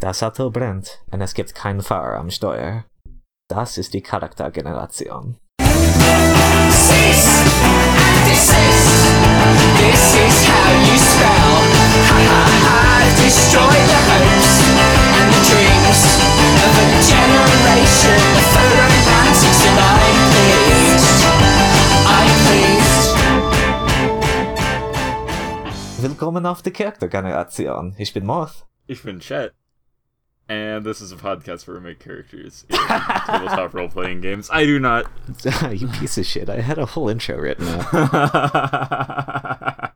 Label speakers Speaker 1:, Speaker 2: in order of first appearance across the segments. Speaker 1: Das Auto brennt und es gibt keinen Fahrer am Steuer. Das ist die Charaktergeneration.
Speaker 2: Cease and desist. This is how you spell. Ha ha ha. Destroy the hopes and the dreams of a generation. The romantics and I'm pleased. I'm pleased.
Speaker 1: Willkommen auf die Charaktergeneration. Ich bin Morth.
Speaker 3: Ich bin Chet. And this is a podcast where we make characters in tabletop role playing games. I do not.
Speaker 1: you piece of shit. I had a whole intro written up.
Speaker 3: I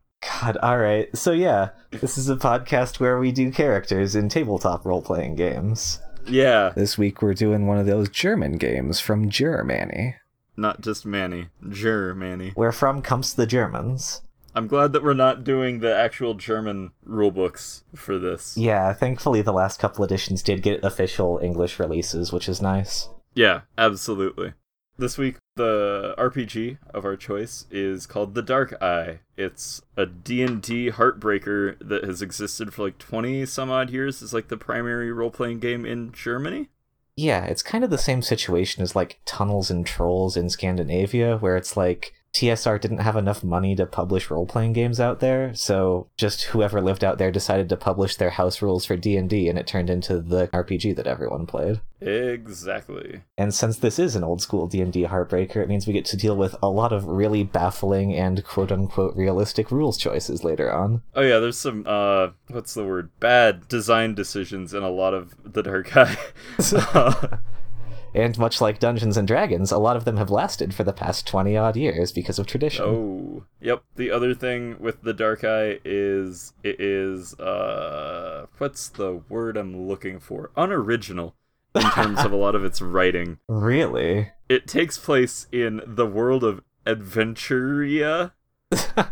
Speaker 1: God, alright. So, yeah, this is a podcast where we do characters in tabletop role playing games.
Speaker 3: yeah,
Speaker 4: This week we're doing one of those German games from Germany.
Speaker 3: not just Manny. Jur Manny.
Speaker 1: Where from comes the Germans?
Speaker 3: I'm glad that we're not doing the actual German rule books for this.
Speaker 1: Yeah, thankfully the last couple editions did get official English releases, which is nice.
Speaker 3: Yeah, absolutely. This week, the RPG of our choice is called The Dark Eye. It's a D&D heartbreaker that has existed for like 20 some odd years. It's like the primary role-playing game in Germany.
Speaker 1: Yeah, it's kind of the same situation as like Tunnels and Trolls in Scandinavia, where it's like TSR didn't have enough money to publish role-playing games out there, so just whoever lived out there decided to publish their house rules for D&D and it turned into the RPG that everyone played.
Speaker 3: Exactly.
Speaker 1: And since this is an old school D&D heartbreaker, it means we get to deal with a lot of really baffling and quote-unquote realistic rules choices later on.
Speaker 3: Oh yeah, there's some uh what's the word? Bad design decisions in a lot of the Dark Eye.
Speaker 1: And much like Dungeons and Dragons, a lot of them have lasted for the past 20 odd years because of tradition.
Speaker 3: oh. Yep. The other thing with the Dark Eye is it is uh what's the word I'm looking for? Unoriginal in terms of a lot of its writing.
Speaker 1: Really?
Speaker 3: It takes place in the world of Adventuria. Adventuria.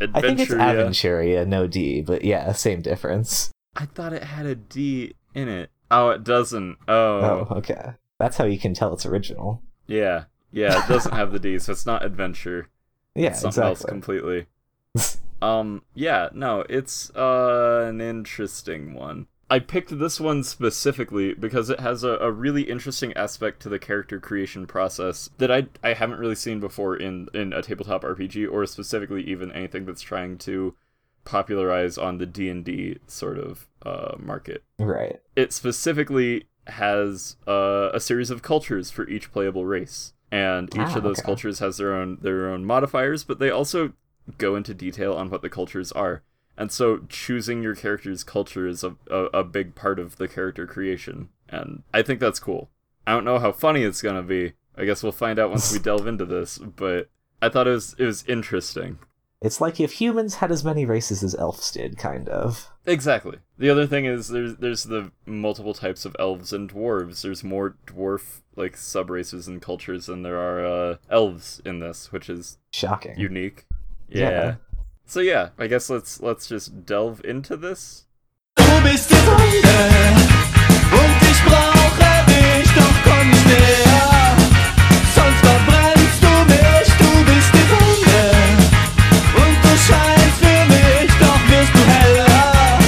Speaker 1: I think it's Aventuria, no D, but yeah, same difference.
Speaker 3: I thought it had a D in it. Oh, it doesn't.
Speaker 1: Oh, okay. That's how you can tell it's original.
Speaker 3: Yeah, yeah, it doesn't have the D, so it's not adventure.
Speaker 1: Yeah,
Speaker 3: it's something else
Speaker 1: exactly.
Speaker 3: completely. um, yeah, no, it's uh, an interesting one. I picked this one specifically because it has a, a really interesting aspect to the character creation process that I I haven't really seen before in in a tabletop RPG or specifically even anything that's trying to popularize on the D and D sort of uh, market
Speaker 1: Right.
Speaker 3: it specifically has uh, a series of cultures for each playable race, and each
Speaker 1: Ah,
Speaker 3: of those
Speaker 1: okay.
Speaker 3: cultures has their own their own modifiers, but they also go into detail on what the cultures are. And so, choosing your character's culture is a, a, a big part of the character creation, and I think that's cool. I don't know how funny it's gonna be. I guess we'll find out once we delve into this, but I thought it was it was interesting.
Speaker 1: It's like if humans had as many races as elves did, kind of.
Speaker 3: Exactly. The other thing is there's there's the multiple types of elves and dwarves. There's more dwarf like sub races and cultures than there are uh, elves in this, which is
Speaker 1: Shocking.
Speaker 3: unique.
Speaker 1: Yeah.
Speaker 3: Yeah. So yeah, I guess let's let's just delve into this.
Speaker 5: Du bist die Fremde und ich brauche dich, doch komm nicht näher, sonst verbrennst du mich. Du bist die Fremde und du scheinst für mich, doch wirst du heller,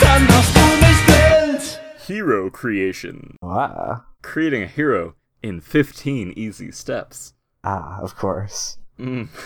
Speaker 5: dann machst du mich blind.
Speaker 3: Hero creation.
Speaker 1: Wow.
Speaker 3: Creating a hero in 15 easy steps.
Speaker 1: Ah, of course.
Speaker 3: Mm.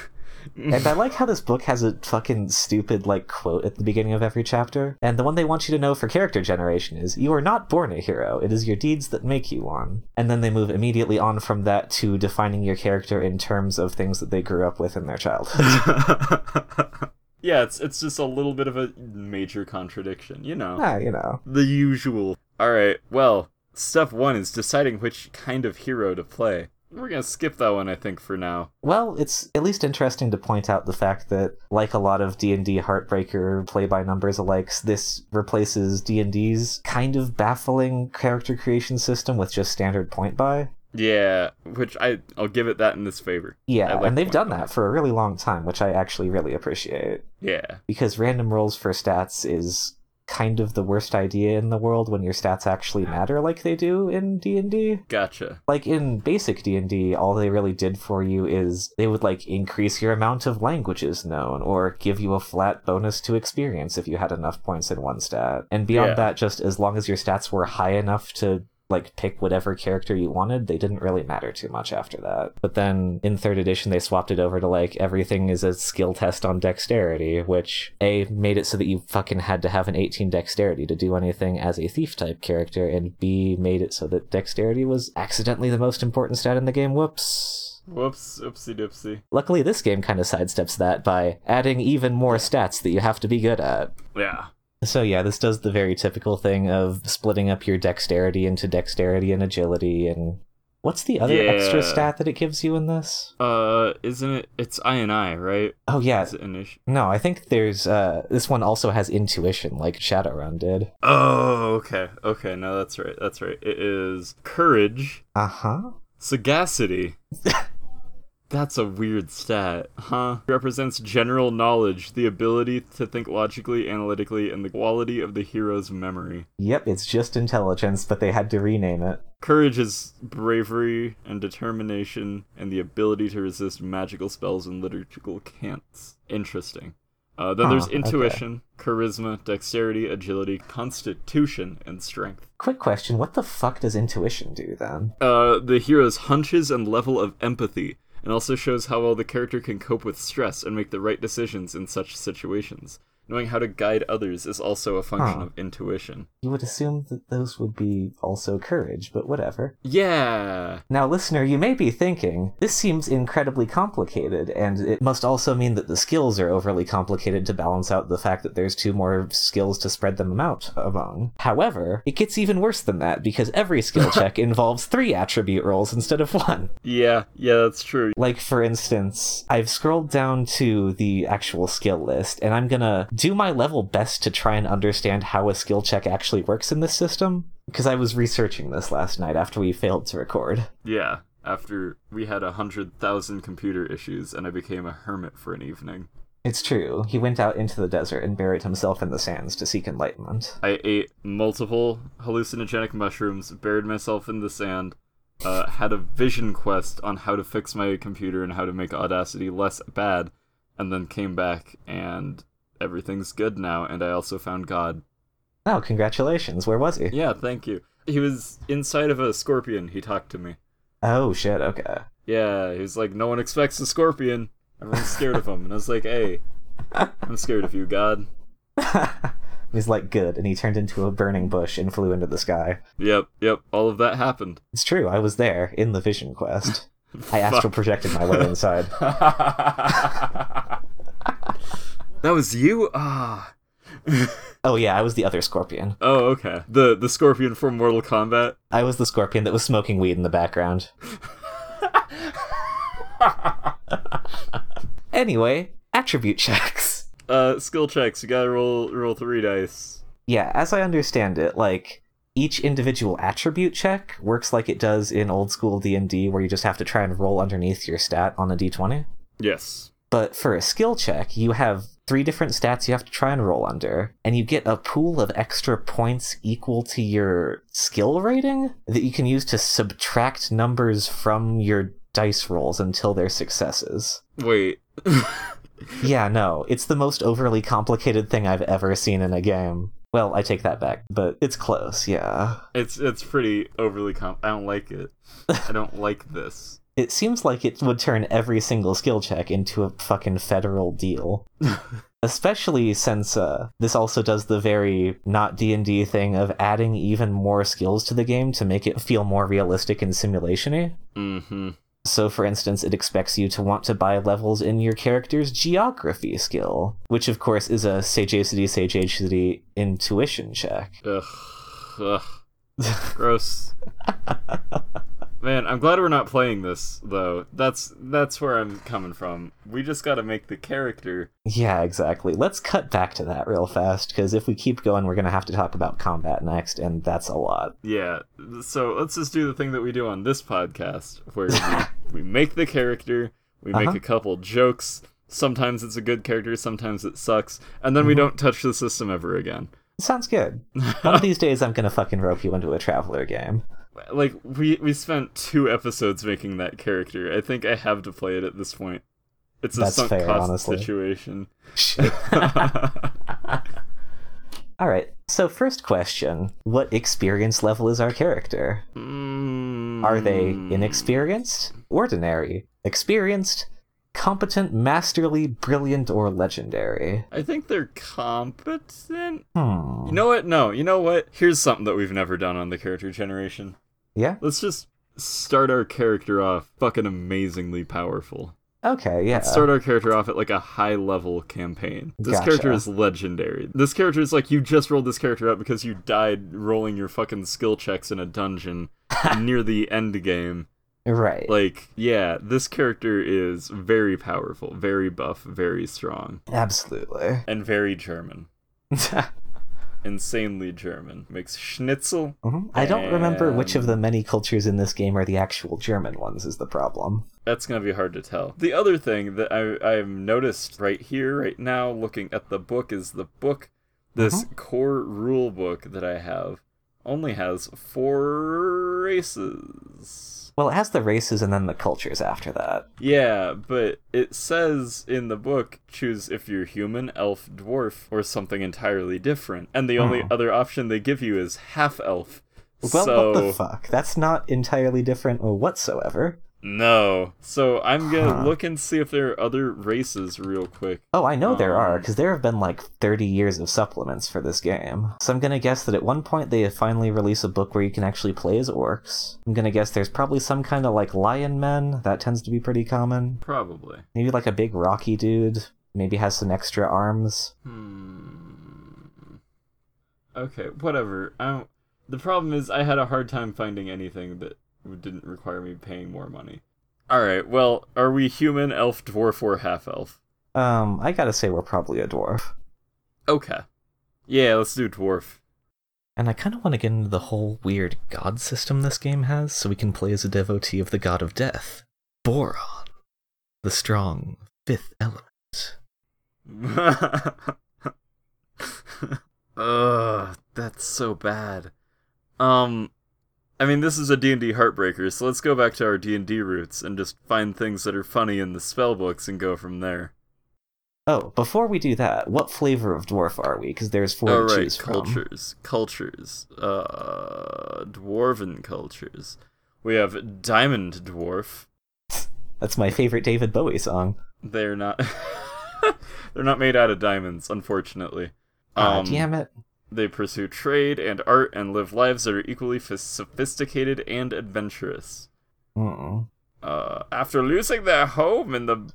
Speaker 1: And I like how this book has a fucking stupid, like, quote at the beginning of every chapter. And the one they want you to know for character generation is You are not born a hero, it is your deeds that make you one. And then they move immediately on from that to defining your character in terms of things that they grew up with in their childhood.
Speaker 3: yeah, it's it's just a little bit of a major contradiction, you know.
Speaker 1: ah, you know.
Speaker 3: The usual. Alright, well, step one is deciding which kind of hero to play. We're gonna skip that one, I think, for now.
Speaker 1: Well, it's at least interesting to point out the fact that, like a lot of D and D heartbreaker play by numbers alikes, this replaces D and D's kind of baffling character creation system with just standard point buy.
Speaker 3: Yeah, which I I'll give it that in this favor. I
Speaker 1: Yeah,
Speaker 3: like
Speaker 1: and they've
Speaker 3: point
Speaker 1: done
Speaker 3: buy.
Speaker 1: that for a really long time, which I actually really appreciate
Speaker 3: Yeah.
Speaker 1: because random rolls for stats is kind of the worst idea in the world when your stats actually matter like they do in D&D.
Speaker 3: Gotcha.
Speaker 1: Like in basic D&D, all they really did for you is they would like increase your amount of languages known or give you a flat bonus to experience if you had enough points in one stat. And beyond
Speaker 3: Yeah.
Speaker 1: that, just as long as your stats were high enough to like pick whatever character you wanted, they didn't really matter too much after that. But then in third edition they swapped it over to like everything is a skill test on dexterity, which A made it so that you fucking had to have an 18 dexterity to do anything as a thief type character, and B made it so that dexterity was accidentally the most important stat in the game. Whoops.
Speaker 3: Whoops, oopsie doopsie.
Speaker 1: Luckily this game kind of sidesteps that by adding even more stats that you have to be good at.
Speaker 3: Yeah.
Speaker 1: So yeah, this does the very typical thing of splitting up your dexterity into dexterity and agility and what's the other extra
Speaker 3: Yeah.
Speaker 1: stat that it gives you in this?
Speaker 3: Uh, isn't it? It's I and I, right?
Speaker 1: Oh yeah.
Speaker 3: Is it initi-
Speaker 1: No, I think there's uh this one also has intuition like Shadowrun did.
Speaker 3: Oh, okay, okay. No, that's right. That's right. It is courage,
Speaker 1: Uh-huh.
Speaker 3: sagacity. that's a weird stat, huh? Represents general knowledge, the ability to think logically, analytically, and the quality of the hero's memory.
Speaker 1: Yep, it's just intelligence, but they had to rename it.
Speaker 3: Courage is bravery and determination and the ability to resist magical spells and liturgical cants. Interesting. Uh, then there's
Speaker 1: Huh, okay.
Speaker 3: intuition, charisma, dexterity, agility, constitution, and strength.
Speaker 1: Quick question, what the fuck does intuition do then?
Speaker 3: Uh, the hero's hunches and level of empathy, and also shows how well the character can cope with stress and make the right decisions in such situations. Knowing how to guide others is also a function
Speaker 1: Huh.
Speaker 3: of intuition.
Speaker 1: You would assume that those would be also courage, but whatever.
Speaker 3: Yeah!
Speaker 1: Now, listener, you may be thinking, this seems incredibly complicated, and it must also mean that the skills are overly complicated to balance out the fact that there's two more skills to spread them out among. However, it gets even worse than that because every skill check involves three attribute rolls instead of one.
Speaker 3: Yeah, yeah, that's true.
Speaker 1: Like, for instance, I've scrolled down to the actual skill list, and I'm gonna do my level best to try and understand how a skill check actually works in this system. Because I was researching this last night after we failed to record.
Speaker 3: Yeah, after we had a hundred thousand computer issues and I became a hermit for an evening.
Speaker 1: It's true. He went out into the desert and buried himself in the sands to seek enlightenment.
Speaker 3: I ate multiple hallucinogenic mushrooms, buried myself in the sand, uh, had a vision quest on how to fix my computer and how to make Audacity less bad, and then came back and everything's good now. And I also found God.
Speaker 1: Oh, congratulations. Where was he?
Speaker 3: Yeah, thank you. He was inside of a scorpion. He talked to me.
Speaker 1: Oh, shit. Okay.
Speaker 3: Yeah, he was like, no one expects a scorpion. Everyone's scared of him. And I was like, hey, I'm scared of you, God.
Speaker 1: He's like, good. And he turned into a burning bush and flew into the sky.
Speaker 3: Yep, yep, all of that happened.
Speaker 1: It's true. I was there in the vision quest. I astral projected my way inside.
Speaker 3: that was you? Ah.
Speaker 1: Oh, yeah. I was the other scorpion.
Speaker 3: Oh, okay. The the scorpion from Mortal Kombat.
Speaker 1: I was the scorpion that was smoking weed in the background. anyway, attribute checks.
Speaker 3: Uh skill checks, you gotta roll roll three dice.
Speaker 1: yeah, as I understand it, like each individual attribute check works like it does in old school D&D where you just have to try and roll underneath your stat on a d20.
Speaker 3: Yes.
Speaker 1: But for a skill check, you have three different stats you have to try and roll under, and you get a pool of extra points equal to your skill rating that you can use to subtract numbers from your dice rolls until they're successes.
Speaker 3: Wait.
Speaker 1: Yeah, no, it's the most overly complicated thing I've ever seen in a game. Well, I take that back, but it's close, yeah.
Speaker 3: it's it's pretty overly comp I don't like it. I don't like this.
Speaker 1: It seems like it would turn every single skill check into a fucking federal deal. Especially since uh, this also does the very not D&D thing of adding even more skills to the game to make it feel more realistic and simulation-y.
Speaker 3: Mm-hmm.
Speaker 1: So, for instance, it expects you to want to buy levels in your character's geography skill, which, of course, is a sagacity, sagacity intuition check.
Speaker 3: Ugh. Ugh. Gross. Man, I'm glad we're not playing this though. That's that's where I'm coming from. We just gotta make the character
Speaker 1: Yeah, exactly. Let's cut back to that real fast, because if we keep going, we're going to have to talk about combat next, and that's a lot.
Speaker 3: Yeah. So let's just do the thing that we do on this podcast, where we, we make the character, we make
Speaker 1: Uh-huh.
Speaker 3: a couple
Speaker 1: Mm-hmm.
Speaker 3: jokes. Sometimes it's a good character, sometimes it sucks, and then we don't touch the system ever again.
Speaker 1: Sounds good. One of these days, I'm gonna fucking rope you into a Traveler game.
Speaker 3: Like we we spent two episodes making that character. I think I have to play it at this point. It's a
Speaker 1: That's
Speaker 3: sunk
Speaker 1: fair,
Speaker 3: cost
Speaker 1: honestly.
Speaker 3: situation.
Speaker 1: Shit. All right. So first question: What experience level is our character?
Speaker 3: Mm.
Speaker 1: Are they
Speaker 3: Hmm.
Speaker 1: inexperienced, ordinary, experienced, competent, masterly, brilliant, or legendary?
Speaker 3: I think they're competent.
Speaker 1: Hmm.
Speaker 3: You know what? No, you know what? Here's something that we've never done on the character generation.
Speaker 1: Yeah.
Speaker 3: Let's just start our character off fucking amazingly powerful.
Speaker 1: Okay. Yeah.
Speaker 3: Let's start our character off at like a high level campaign. This
Speaker 1: Gotcha.
Speaker 3: character is legendary. This character is like you just rolled this character up because you died rolling your fucking skill checks in a dungeon near the end game.
Speaker 1: right.
Speaker 3: Like, yeah, this character is very powerful, very buff, very strong,
Speaker 1: Absolutely. Mm-hmm.
Speaker 3: and very German. Insanely German. Makes schnitzel.
Speaker 1: Mhm. I don't remember which of
Speaker 3: And-
Speaker 1: the many cultures in this game are the actual German ones. Is the problem?
Speaker 3: That's gonna be hard to tell. The other thing that I I've noticed right here, right now, looking at the book, is the book, this
Speaker 1: Uh-huh.
Speaker 3: core rule book that I have, only has four races.
Speaker 1: Well, it has the races and then the cultures after that.
Speaker 3: Yeah, but it says in the book choose if you're human, elf, dwarf, or something entirely different. And the only
Speaker 1: Oh.
Speaker 3: other option they give you is half elf.
Speaker 1: Well,
Speaker 3: so
Speaker 1: what the fuck? That's not entirely different whatsoever.
Speaker 3: no. So I'm gonna
Speaker 1: Huh.
Speaker 3: look and see if there are other races real quick.
Speaker 1: Oh, I know there are,
Speaker 3: Um,
Speaker 1: because there have been like 30 years of supplements for this game. So I'm gonna guess that at one point they finally release a book where you can actually play as orcs. I'm gonna guess there's probably some kind of like lion men, that tends to be pretty common.
Speaker 3: Probably.
Speaker 1: Maybe like a big rocky dude, maybe has some extra arms.
Speaker 3: Hmm. Okay, whatever. I don't... The problem is I had a hard time finding anything that didn't require me paying more money. All right. Well, are we human, elf, dwarf, or half elf?
Speaker 1: Um, I gotta say, we're probably a dwarf.
Speaker 3: Okay. Yeah, let's do dwarf.
Speaker 1: And I kind of want to get into the whole weird god system this game has so we can play as a devotee of the god of death, Boron, the strong fifth element.
Speaker 3: Ugh, that's so bad. Um, I mean, this is a D&D heartbreaker, so let's go back to our D&D roots and just find things that are funny in the spell books and go from there.
Speaker 1: Oh, before we do that, what flavor of dwarf are we? Because there's four
Speaker 3: All
Speaker 1: to
Speaker 3: Oh, right,
Speaker 1: choose from.
Speaker 3: cultures, cultures, uh, dwarven cultures. We have diamond dwarf.
Speaker 1: That's my favorite David Bowie song.
Speaker 3: They're not. they're not made out of diamonds, unfortunately.
Speaker 1: Ah,
Speaker 3: Um,
Speaker 1: damn it.
Speaker 3: They pursue trade and art and live lives that are equally f- sophisticated and adventurous.
Speaker 1: Mm.
Speaker 3: Uh, after losing their home in the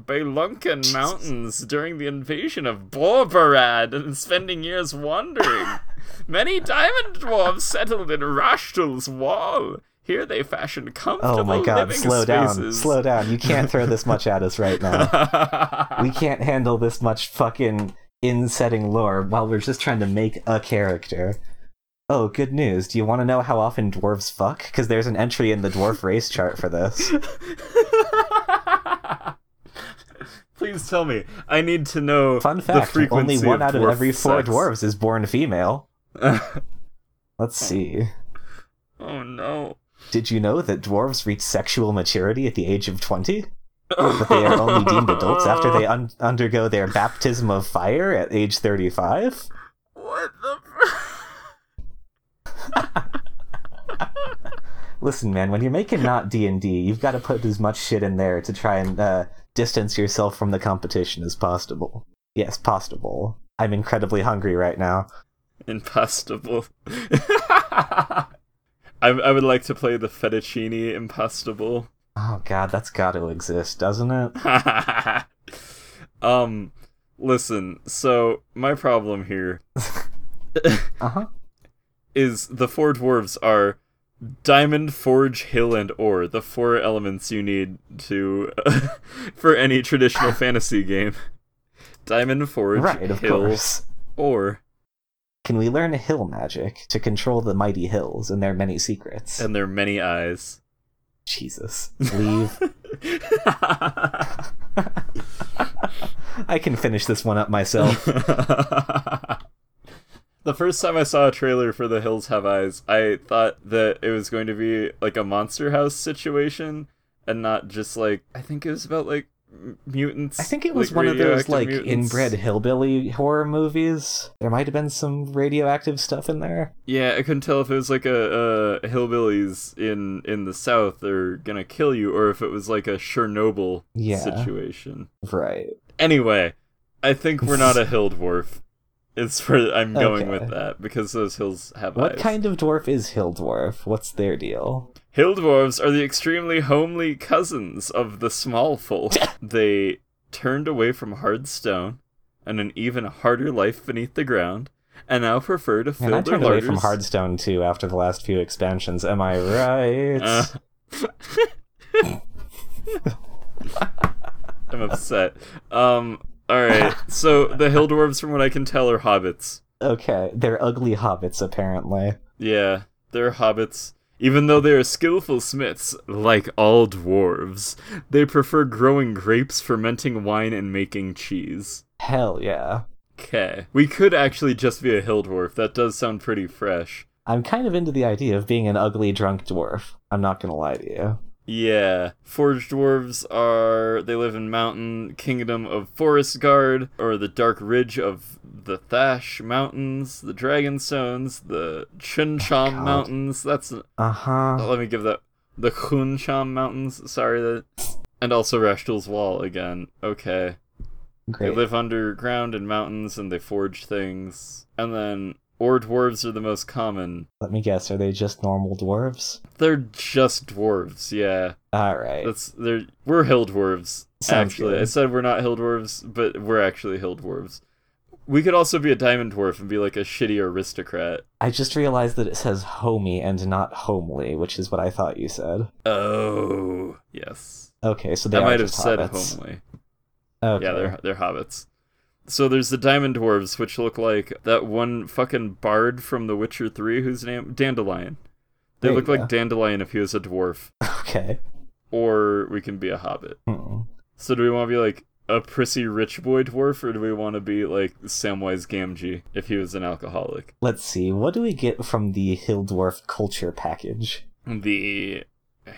Speaker 3: Belunkan Mountains during the invasion of Borbarad and spending years wandering, many diamond dwarves settled in Rashtul's wall. Here they fashioned comfortable
Speaker 1: Oh my god,
Speaker 3: living
Speaker 1: slow down.
Speaker 3: spaces.
Speaker 1: Slow down. You can't throw this much at us right now.
Speaker 3: down.
Speaker 1: we can't handle this much fucking insetting lore while we're just trying to make a character. Oh, good news. Do you want to know how often dwarves fuck? Because there's an entry in the dwarf race chart for this.
Speaker 3: Please tell me. I need to know
Speaker 1: Fun
Speaker 3: the
Speaker 1: fact
Speaker 3: frequency
Speaker 1: only one out of
Speaker 3: dwarf
Speaker 1: every four
Speaker 3: sex.
Speaker 1: dwarves is born female. Let's see.
Speaker 3: oh no.
Speaker 1: Did you know that dwarves reach sexual maturity at the age of 20? But they are only deemed adults after they un- undergo their baptism of fire at age 35?
Speaker 3: What the? F-
Speaker 1: Listen, man, when you're making not D&D, you've got to put as much shit in there to try and uh, distance yourself from the competition as possible. Yes, possible. I'm incredibly hungry right now.
Speaker 3: Impastable. I, I would like to play the fettuccine impastable.
Speaker 1: Oh god, that's got to exist, doesn't it?
Speaker 3: um, listen. So my problem here
Speaker 1: Uh-huh.
Speaker 3: is the four dwarves are diamond, forge, hill, and ore. The four elements you need to for any traditional fantasy game. Diamond, forge,
Speaker 1: Right, of
Speaker 3: hill,
Speaker 1: course.
Speaker 3: ore,
Speaker 1: Can we learn hill magic to control the mighty hills and their many secrets?
Speaker 3: and their many eyes.
Speaker 1: Jesus. Leave I can finish this one up myself.
Speaker 3: the the first time I saw a trailer for The Hills Have Eyes, I thought that it was going to be like a Monster House situation and not just like I think it was about like m- mutants.
Speaker 1: I think it was
Speaker 3: like,
Speaker 1: one of those
Speaker 3: radioactive
Speaker 1: like
Speaker 3: mutants.
Speaker 1: inbred hillbilly horror movies. There might have been some radioactive stuff in there.
Speaker 3: Yeah, I couldn't tell if it was like a, a hillbillies in in the south are gonna kill you, or if it was like a Chernobyl
Speaker 1: Yeah.
Speaker 3: situation.
Speaker 1: Right.
Speaker 3: Anyway, I think we're not a hill dwarf. It's where I'm going
Speaker 1: Okay.
Speaker 3: with that because those hills have
Speaker 1: What
Speaker 3: eyes.
Speaker 1: kind of dwarf is hill dwarf? What's their deal?
Speaker 3: Hill dwarves are the extremely homely cousins of the small folk. they turned away from hard stone and an even harder life beneath the ground, and now prefer to
Speaker 1: And
Speaker 3: fill
Speaker 1: I
Speaker 3: their
Speaker 1: turned away from
Speaker 3: largest-
Speaker 1: Hardstone too after the last few expansions. Am I right?
Speaker 3: Uh. I'm upset. Um. All right. So the hill dwarves, from what I can tell, are hobbits.
Speaker 1: okay, they're ugly hobbits apparently.
Speaker 3: Yeah, they're hobbits. Even though they are skillful smiths, like all dwarves, they prefer growing grapes, fermenting wine, and making cheese.
Speaker 1: Hell yeah.
Speaker 3: Okay. We could actually just be a hill dwarf. That does sound pretty fresh.
Speaker 1: I'm kind of into the idea of being an ugly drunk dwarf. I'm not gonna lie to you.
Speaker 3: Yeah. Forge dwarves are they live in mountain kingdom of Forest Guard or the Dark Ridge of the Thash Mountains, the Dragonstones, the Chunchom
Speaker 1: God.
Speaker 3: Mountains. That's
Speaker 1: Uh huh.
Speaker 3: let me give that the Chunchom Mountains. Sorry that and also Rashtul's Wall again. Okay.
Speaker 1: Great.
Speaker 3: They live underground in mountains and they forge things. And then or dwarves are the most common.
Speaker 1: Let me guess. Are they just normal dwarves?
Speaker 3: They're just dwarves, yeah.
Speaker 1: All right.
Speaker 3: That's they're we're hill dwarves.
Speaker 1: Sounds
Speaker 3: actually,
Speaker 1: good.
Speaker 3: I said we're not hill dwarves, but we're actually hill dwarves. We could also be a diamond dwarf and be like a shitty aristocrat.
Speaker 1: I just realized that it says homey and not homely, which is what I thought you said.
Speaker 3: Oh, yes.
Speaker 1: Okay, so they
Speaker 3: I
Speaker 1: are
Speaker 3: might have
Speaker 1: just
Speaker 3: said
Speaker 1: hobbits.
Speaker 3: homely.
Speaker 1: Okay.
Speaker 3: Yeah, they're they're hobbits. So there's the diamond dwarves, which look like that one fucking bard from The Witcher Three, whose name Dandelion. They
Speaker 1: There
Speaker 3: look
Speaker 1: you
Speaker 3: like
Speaker 1: go.
Speaker 3: Dandelion if he was a dwarf,
Speaker 1: Okay.
Speaker 3: or we can be a hobbit.
Speaker 1: Hmm.
Speaker 3: So do we want to be like a prissy rich boy dwarf, or do we want to be like Samwise Gamgee if he was an alcoholic?
Speaker 1: Let's see. What do we get from the hill dwarf culture package?
Speaker 3: The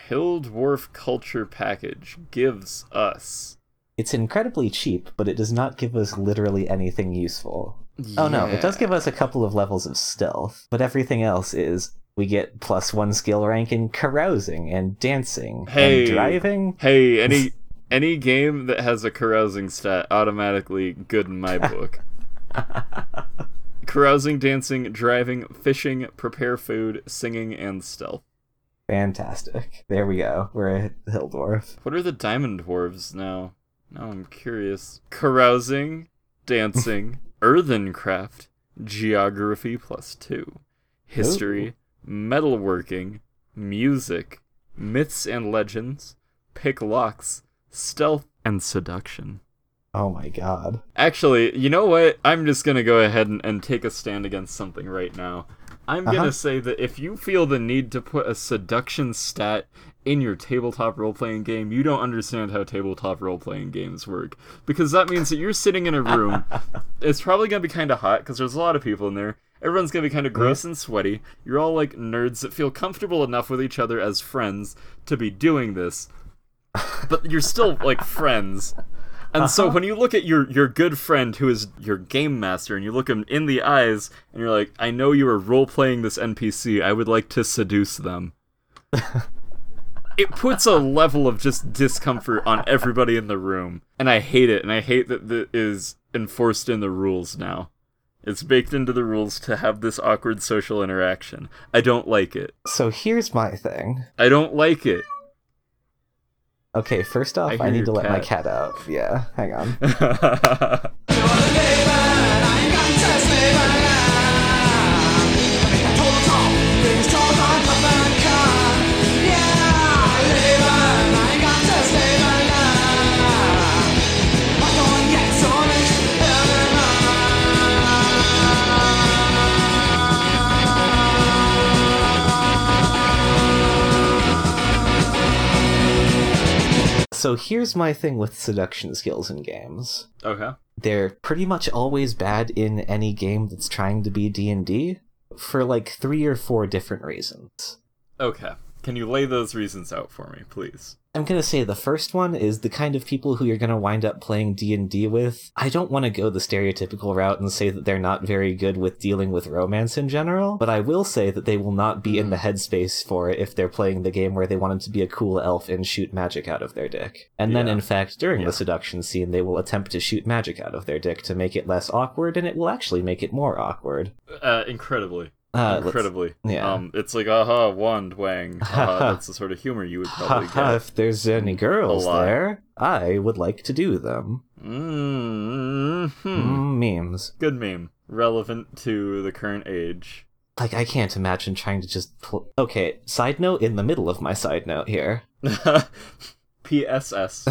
Speaker 3: hill dwarf culture package gives us.
Speaker 1: It's incredibly cheap, but it does not give us literally anything useful. Oh no, it does give us a couple of levels of stealth, but everything else is we get plus one skill rank in carousing and dancing
Speaker 3: Hey.
Speaker 1: and driving.
Speaker 3: Hey, any any game that has a carousing stat automatically good in my book. carousing, dancing, driving, fishing, prepare food, singing, and stealth.
Speaker 1: Fantastic. There we go. We're a hill dwarf.
Speaker 3: What are the diamond dwarves now? Now I'm curious. Carousing, dancing, earthencraft, geography plus two, history, metalworking, music, myths and legends, pick locks, stealth, and seduction.
Speaker 1: Oh my god.
Speaker 3: Actually, you know what? I'm just gonna go ahead and, and take a stand against something right now. I'm
Speaker 1: Uh-huh.
Speaker 3: gonna say that if you feel the need to put a seduction stat in your tabletop role playing game, you don't understand how tabletop role playing games work. Because that means that you're sitting in a room, it's probably gonna be kinda hot, because there's a lot of people in there. Everyone's gonna be kinda gross and sweaty. You're all like nerds that feel comfortable enough with each other as friends to be doing this. But you're still like friends. And so when you look at your your good friend who is your game master and you look him in the eyes and you're like, I know you are role playing this NPC. I would like to seduce them. it puts a level of just discomfort on everybody in the room, and I hate it. And I hate that that is enforced in the rules now. It's baked into the rules to have this awkward social interaction. I don't like it.
Speaker 1: So here's my thing.
Speaker 3: I don't like it.
Speaker 1: Okay, first off,
Speaker 3: I
Speaker 1: I,
Speaker 3: hear
Speaker 1: need
Speaker 3: your
Speaker 1: to let my
Speaker 3: cat.
Speaker 1: cat out. Yeah, hang on. So here's
Speaker 4: Here's my thing with seduction skills in games.
Speaker 3: Okay.
Speaker 1: they're pretty much always bad in any game that's trying to be D&D for like 3 or 4 different reasons.
Speaker 3: Okay. Can you lay those reasons out for me, please?
Speaker 1: I'm going to say the first one is the kind of people who you're going to wind up playing D&D with. I don't want to go the stereotypical route and say that they're not very good with dealing with romance in general, but I will say that they will not be in the headspace for it if they're playing the game where they wanted to be a cool elf and shoot magic out of their dick. And then
Speaker 3: Yeah.
Speaker 1: in fact, during
Speaker 3: Yeah.
Speaker 1: the seduction scene, they will attempt to shoot magic out of their dick to make it less awkward and it will actually make it more awkward.
Speaker 3: Uh, incredibly.
Speaker 1: Uh, let's-
Speaker 3: incredibly.
Speaker 1: yeah.
Speaker 3: Um, it's like, aha, wand, wang. Uh, that's the sort of humor you would probably
Speaker 1: Haha,
Speaker 3: get.
Speaker 1: if there's any girls
Speaker 3: lot.
Speaker 1: there, I would like to do them.
Speaker 3: hmm
Speaker 1: Mm, memes.
Speaker 3: Good meme. Relevant to the current age.
Speaker 1: Like, I can't imagine trying to just. Pl- okay, side note in the middle of my side note here.
Speaker 3: PSS.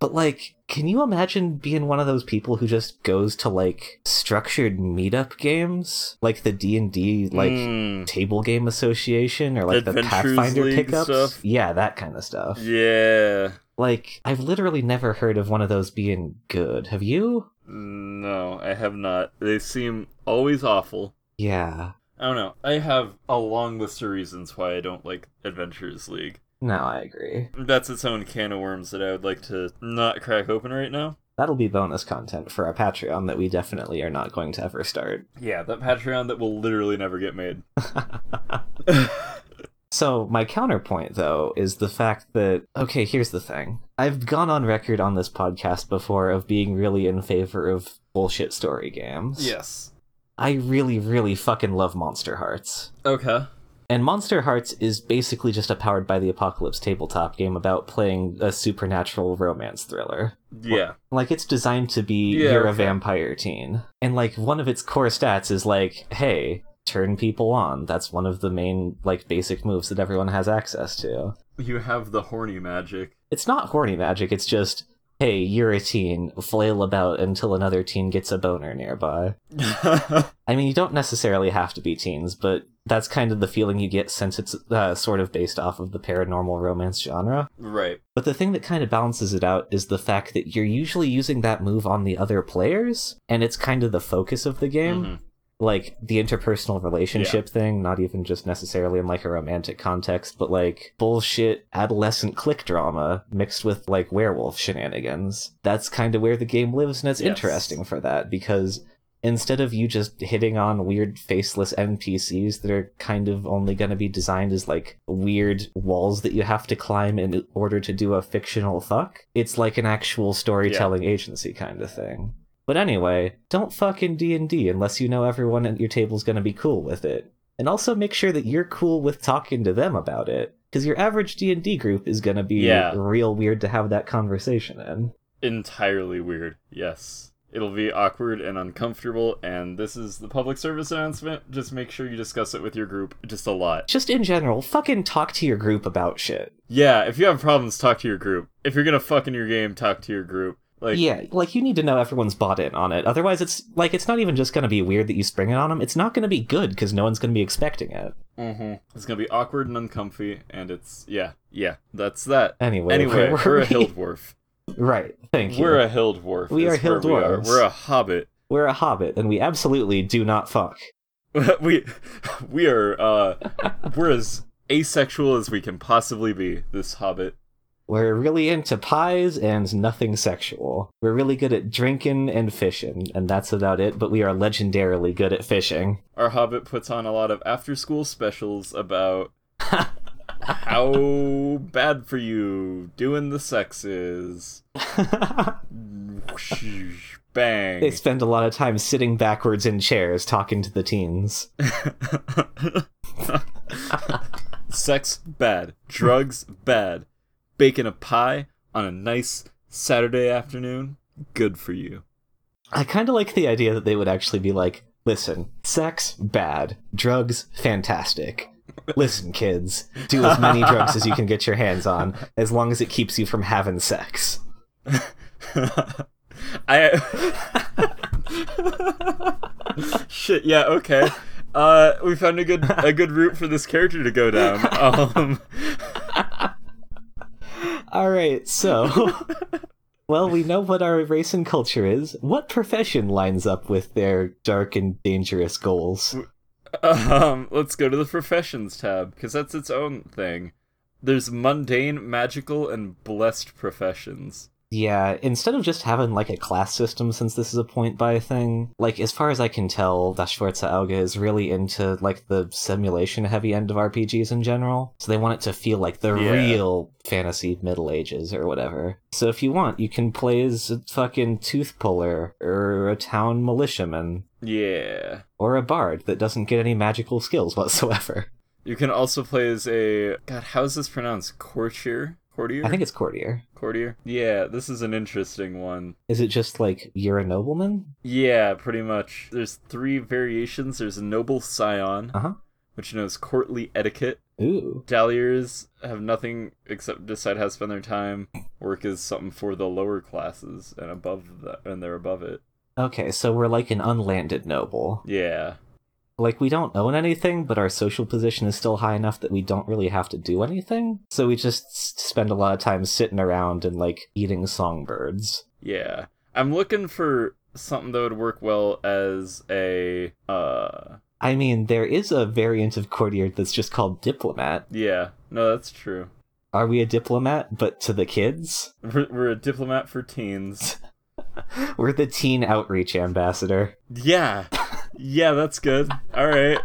Speaker 1: But, like, can you imagine being one of those people who just goes to, like, structured meetup games? Like the D&D, like,
Speaker 3: Mm.
Speaker 1: table game association or, like, the
Speaker 3: Adventures
Speaker 1: Pathfinder
Speaker 3: League
Speaker 1: pickups?
Speaker 3: stuff?
Speaker 1: Yeah, that kind of stuff.
Speaker 3: Yeah.
Speaker 1: Like, I've literally never heard of one of those being good. Have you?
Speaker 3: No, I have not. They seem always awful.
Speaker 1: Yeah.
Speaker 3: I don't know. I have a long list of reasons why I don't like Adventures League.
Speaker 1: No, I agree.
Speaker 3: That's its own can of worms that I would like to not crack open right now.
Speaker 1: That'll be bonus content for our Patreon that we definitely are not going to ever start.
Speaker 3: Yeah, that Patreon that will literally never get made.
Speaker 1: So, my counterpoint, though, is the fact that, okay, here's the thing. I've gone on record on this podcast before of being really in favor of bullshit story games.
Speaker 3: yes.
Speaker 1: I really, really fucking love Monster Hearts.
Speaker 3: Okay.
Speaker 1: And Monster Hearts is basically just a powered by the apocalypse tabletop game about playing a supernatural romance thriller.
Speaker 3: Yeah.
Speaker 1: Like it's designed to be
Speaker 3: Yeah,
Speaker 1: you're a
Speaker 3: okay.
Speaker 1: vampire teen. And like one of its core stats is like, hey, turn people on. That's one of the main like basic moves that everyone has access to.
Speaker 3: You have the horny magic.
Speaker 1: It's not horny magic, it's just, hey, you're a teen, flail about until another teen gets a boner nearby. I mean, you don't necessarily have to be teens, but that's kind of the feeling you get since it's uh, sort of based off of the paranormal romance genre.
Speaker 3: right.
Speaker 1: But the thing that kind of balances it out is the fact that you're usually using that move on the other players, and it's kind of the focus of the game.
Speaker 3: Mhm.
Speaker 1: Like the interpersonal relationship thing, not even just necessarily in like a romantic context, but like bullshit adolescent click drama mixed with like werewolf shenanigans. That's kind of where the game lives, and it's
Speaker 3: Yes.
Speaker 1: interesting for that because instead of you just hitting on weird faceless npcs that are kind of only going to be designed as like weird walls that you have to climb in order to do a fictional fuck it's like an actual storytelling agency kind of thing but anyway don't fuck in d&d unless you know everyone at your table's going to be cool with it and also make sure that you're cool with talking to them about it because your average d&d group is going to be
Speaker 3: Yeah.
Speaker 1: real weird to have that conversation in
Speaker 3: Entirely weird. Yes. It'll be awkward and uncomfortable, and this is the public service announcement. Just make sure you discuss it with your group just a lot.
Speaker 1: just in general fucking talk to your group about shit
Speaker 3: Yeah, if you have problems, talk to your group. If you're gonna fuck in your game, talk to your group. Like,
Speaker 1: yeah, like you need to know everyone's bought in on it. Otherwise, it's like it's not even just going to be weird that you spring it on them. It's not going to be good because no one's going to be expecting it.
Speaker 3: mhm. it's gonna be awkward and uncomfy, and it's yeah, yeah. That's that.
Speaker 1: Anyway, where
Speaker 3: anyway,
Speaker 1: were
Speaker 3: we're, a
Speaker 1: we?
Speaker 3: hill dwarf.
Speaker 1: Right. Thank you.
Speaker 3: We're a hill dwarf.
Speaker 1: We
Speaker 3: is
Speaker 1: are hill
Speaker 3: where we
Speaker 1: dwarves.
Speaker 3: We're a hobbit.
Speaker 1: We're a hobbit, and we absolutely do not fuck.
Speaker 3: we we are uh we're as asexual as we can possibly be. This hobbit.
Speaker 1: We're really into pies and nothing sexual. We're really good at drinking and fishing, and that's about it. But we are legendarily good at fishing.
Speaker 3: Our hobbit puts on a lot of after-school specials about how bad for you doing the sex is. Whoosh, Bang.
Speaker 1: They spend a lot of time sitting backwards in chairs talking to the teens.
Speaker 3: Sex bad, drugs bad, baking a pie on a nice Saturday afternoon. Good for you.
Speaker 1: I kind of like the idea that they would actually be like, listen, sex, bad. Drugs, fantastic. Listen, kids, do as many drugs as you can get your hands on, as long as it keeps you from having sex.
Speaker 3: I shit. Yeah. Okay. Uh, we found a good a good route for this character to go down. Um,
Speaker 1: All right, so. well, we know what our race and culture is. What profession lines up with their dark and dangerous goals?
Speaker 3: Um, let's go to the professions tab because that's its own thing. There's mundane, magical, and blessed professions.
Speaker 1: Yeah, instead of just having like a class system, since this is a point by thing, like as far as I can tell, Das Schwarze Auge is really into like the simulation heavy end of RPGs in general. So they want it to feel like the
Speaker 3: Yeah.
Speaker 1: real fantasy Middle Ages or whatever. So if you want, you can play as a fucking tooth puller or a town militiaman
Speaker 3: Yeah.
Speaker 1: or a bard that doesn't get any magical skills whatsoever.
Speaker 3: You can also play as a God. How is this pronounced? Courtier. Courtier.
Speaker 1: I think it's courtier.
Speaker 3: courtier. Yeah, this is an interesting one.
Speaker 1: Is it just like you're a nobleman?
Speaker 3: Yeah, pretty much. There's three variations. There's noble scion,
Speaker 1: Uh-huh.
Speaker 3: which knows courtly etiquette.
Speaker 1: Ooh.
Speaker 3: Dalliers have nothing except decide how to spend their time. Work is something for the lower classes and above that, and they're above it.
Speaker 1: Okay, so we're like an unlanded noble.
Speaker 3: Yeah,
Speaker 1: like we don't own anything but our social position is still high enough that we don't really have to do anything so we just s- spend a lot of time sitting around and like eating songbirds
Speaker 3: yeah. I'm looking for something that would work well as a uh.
Speaker 1: i mean there is a variant of courtier that's just called diplomat
Speaker 3: Yeah, no, that's true.
Speaker 1: are we a diplomat but to the kids
Speaker 3: We're, we're a diplomat for teens.
Speaker 1: we're the teen outreach ambassador
Speaker 3: Yeah, yeah, that's good. All right.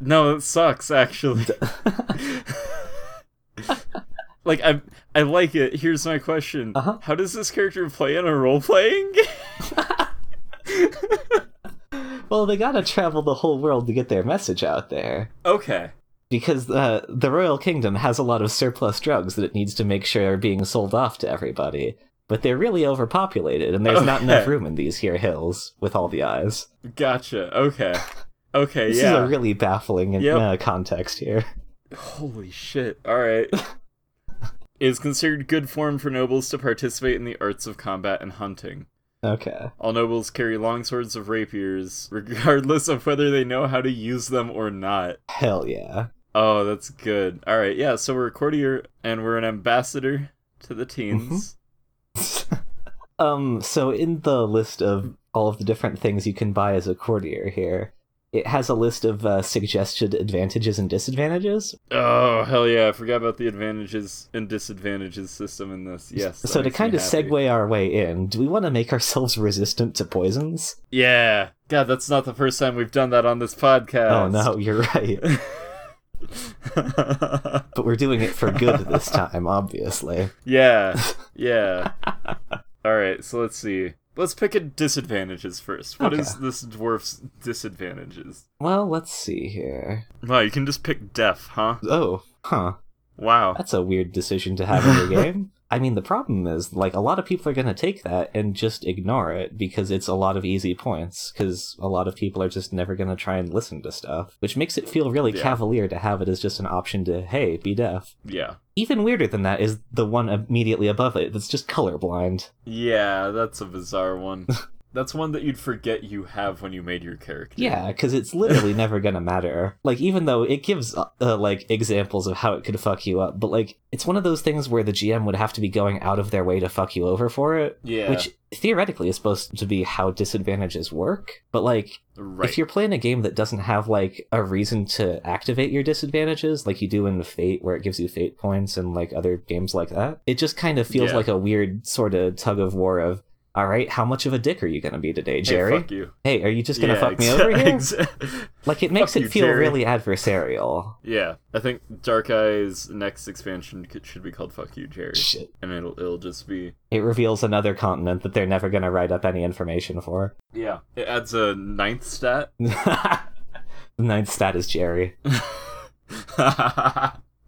Speaker 3: No, that sucks. Actually. like I I like it. Here's my question.
Speaker 1: Uh-huh.
Speaker 3: How does this character play in a role playing game?
Speaker 1: well they gotta travel the whole world to get their message out there
Speaker 3: okay.
Speaker 1: because uh, the royal kingdom has a lot of surplus drugs that it needs to make sure are being sold off to everybody but they're really overpopulated and there's not enough
Speaker 3: Okay.
Speaker 1: room in these here hills with all the eyes
Speaker 3: Gotcha. Okay. Okay,
Speaker 1: this
Speaker 3: yeah.
Speaker 1: is a really baffling
Speaker 3: Yep.
Speaker 1: uh, context here
Speaker 3: Holy shit. All right. it is considered good form for nobles to participate in the arts of combat and hunting.
Speaker 1: okay
Speaker 3: All nobles carry long swords of rapiers, regardless of whether they know how to use them or not.
Speaker 1: hell yeah
Speaker 3: Oh, that's good. All right, yeah. So we're a courtier, and we're an ambassador to the teens.
Speaker 1: um so in the list of all of the different things you can buy as a courtier here it has a list of uh, suggested advantages and disadvantages
Speaker 3: Oh hell yeah! I forgot about the advantages and disadvantages system in this. Yes. that
Speaker 1: so to
Speaker 3: makes me
Speaker 1: kind of
Speaker 3: happy.
Speaker 1: segue our way in do we want to make ourselves resistant to poisons
Speaker 3: Yeah. God, that's not the first time we've done that on this podcast.
Speaker 1: Oh no, you're right. Oh,
Speaker 3: no.
Speaker 1: But we're doing it for good this time, obviously.
Speaker 3: yeah. Yeah. All right. So let's see. Let's pick a disadvantages first. What is this dwarf's disadvantages?
Speaker 1: Well, let's see here.
Speaker 3: Wow, you can just pick deaf, huh?
Speaker 1: Oh, huh.
Speaker 3: Wow.
Speaker 1: That's a weird decision to have in the game. I mean, the problem is, like, a lot of people are going to take that and just ignore it because it's a lot of easy points, because a lot of people are just never going to try and listen to stuff, which makes it feel really
Speaker 3: Yeah.
Speaker 1: cavalier to have it as just an option to, hey, be deaf.
Speaker 3: Yeah.
Speaker 1: Even weirder than that is the one immediately above it that's just colorblind.
Speaker 3: Yeah, that's a bizarre one. that's one that you'd forget you have when you made your character.
Speaker 1: Yeah, because it's literally never gonna matter. Like, even though it gives uh, uh, like examples of how it could fuck you up, but like it's one of those things where the GM would have to be going out of their way to fuck you over for it.
Speaker 3: Yeah.
Speaker 1: Which theoretically is supposed to be how disadvantages work, but like
Speaker 3: right.
Speaker 1: if you're playing a game that doesn't have like a reason to activate your disadvantages, like you do in Fate, where it gives you Fate points and like other games like that, it just kind of feels
Speaker 3: Yeah.
Speaker 1: like a weird sort of tug of war of, all right, how much of a dick are you gonna be today,
Speaker 3: Hey,
Speaker 1: Jerry?
Speaker 3: fuck you.
Speaker 1: hey, are you just gonna
Speaker 3: Yeah,
Speaker 1: fuck me
Speaker 3: exa-
Speaker 1: over here?
Speaker 3: exa-
Speaker 1: Like it makes
Speaker 3: Fuck
Speaker 1: it
Speaker 3: you,
Speaker 1: feel
Speaker 3: Jerry.
Speaker 1: really adversarial.
Speaker 3: yeah, I think Dark Eye's next expansion could, should be called "Fuck You, Jerry,"
Speaker 1: Shit.
Speaker 3: and it'll it'll just be
Speaker 1: It reveals another continent that they're never going to write up any information for.
Speaker 3: yeah. It adds a ninth stat.
Speaker 1: Ninth stat is Jerry.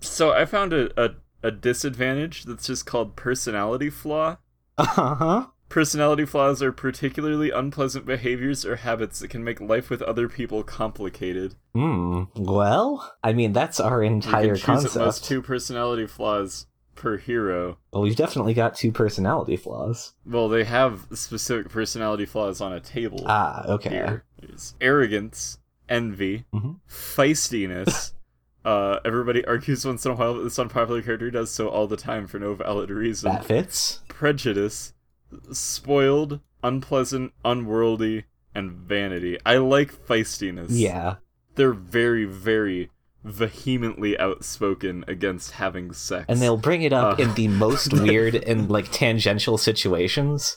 Speaker 3: so I found a, a a disadvantage that's just called personality flaw.
Speaker 1: Uh huh.
Speaker 3: Personality flaws are particularly unpleasant behaviors or habits that can make life with other people complicated.
Speaker 1: Hmm. Well, I mean that's our
Speaker 3: You can
Speaker 1: entire
Speaker 3: choose
Speaker 1: concept.
Speaker 3: at most two personality flaws per hero.
Speaker 1: Well, we've definitely got two personality flaws.
Speaker 3: Well, they have specific personality flaws on a table
Speaker 1: Ah, okay.
Speaker 3: here. There's arrogance, envy,
Speaker 1: Mhm.
Speaker 3: feistiness, Uh, everybody argues once in a while, but this unpopular character does so all the time for no valid reason.
Speaker 1: That fits.
Speaker 3: prejudice, spoiled, unpleasant, unworldly, and vanity. I like feistiness.
Speaker 1: Yeah.
Speaker 3: They're very, very vehemently outspoken against having sex.
Speaker 1: And they'll bring it up
Speaker 3: Uh.
Speaker 1: in the most weird and like tangential situations.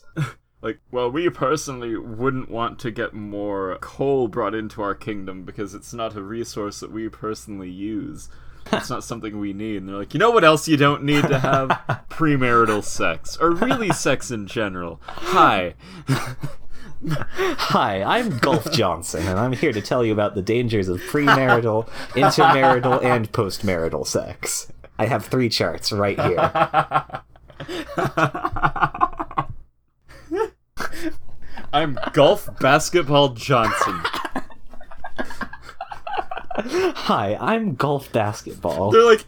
Speaker 3: like, well, we personally wouldn't want to get more coal brought into our kingdom because it's not a resource that we personally use. It's not something we need. And they're like, you know what else you don't need to have? Premarital sex. Or really sex in general. Hi.
Speaker 1: Hi, I'm Golf Johnson, and I'm here to tell you about the dangers of premarital, intermarital, and postmarital sex. I have three charts right here.
Speaker 3: I'm Golf Basketball Johnson.
Speaker 1: Hi, I'm Golf Basketball.
Speaker 3: They're like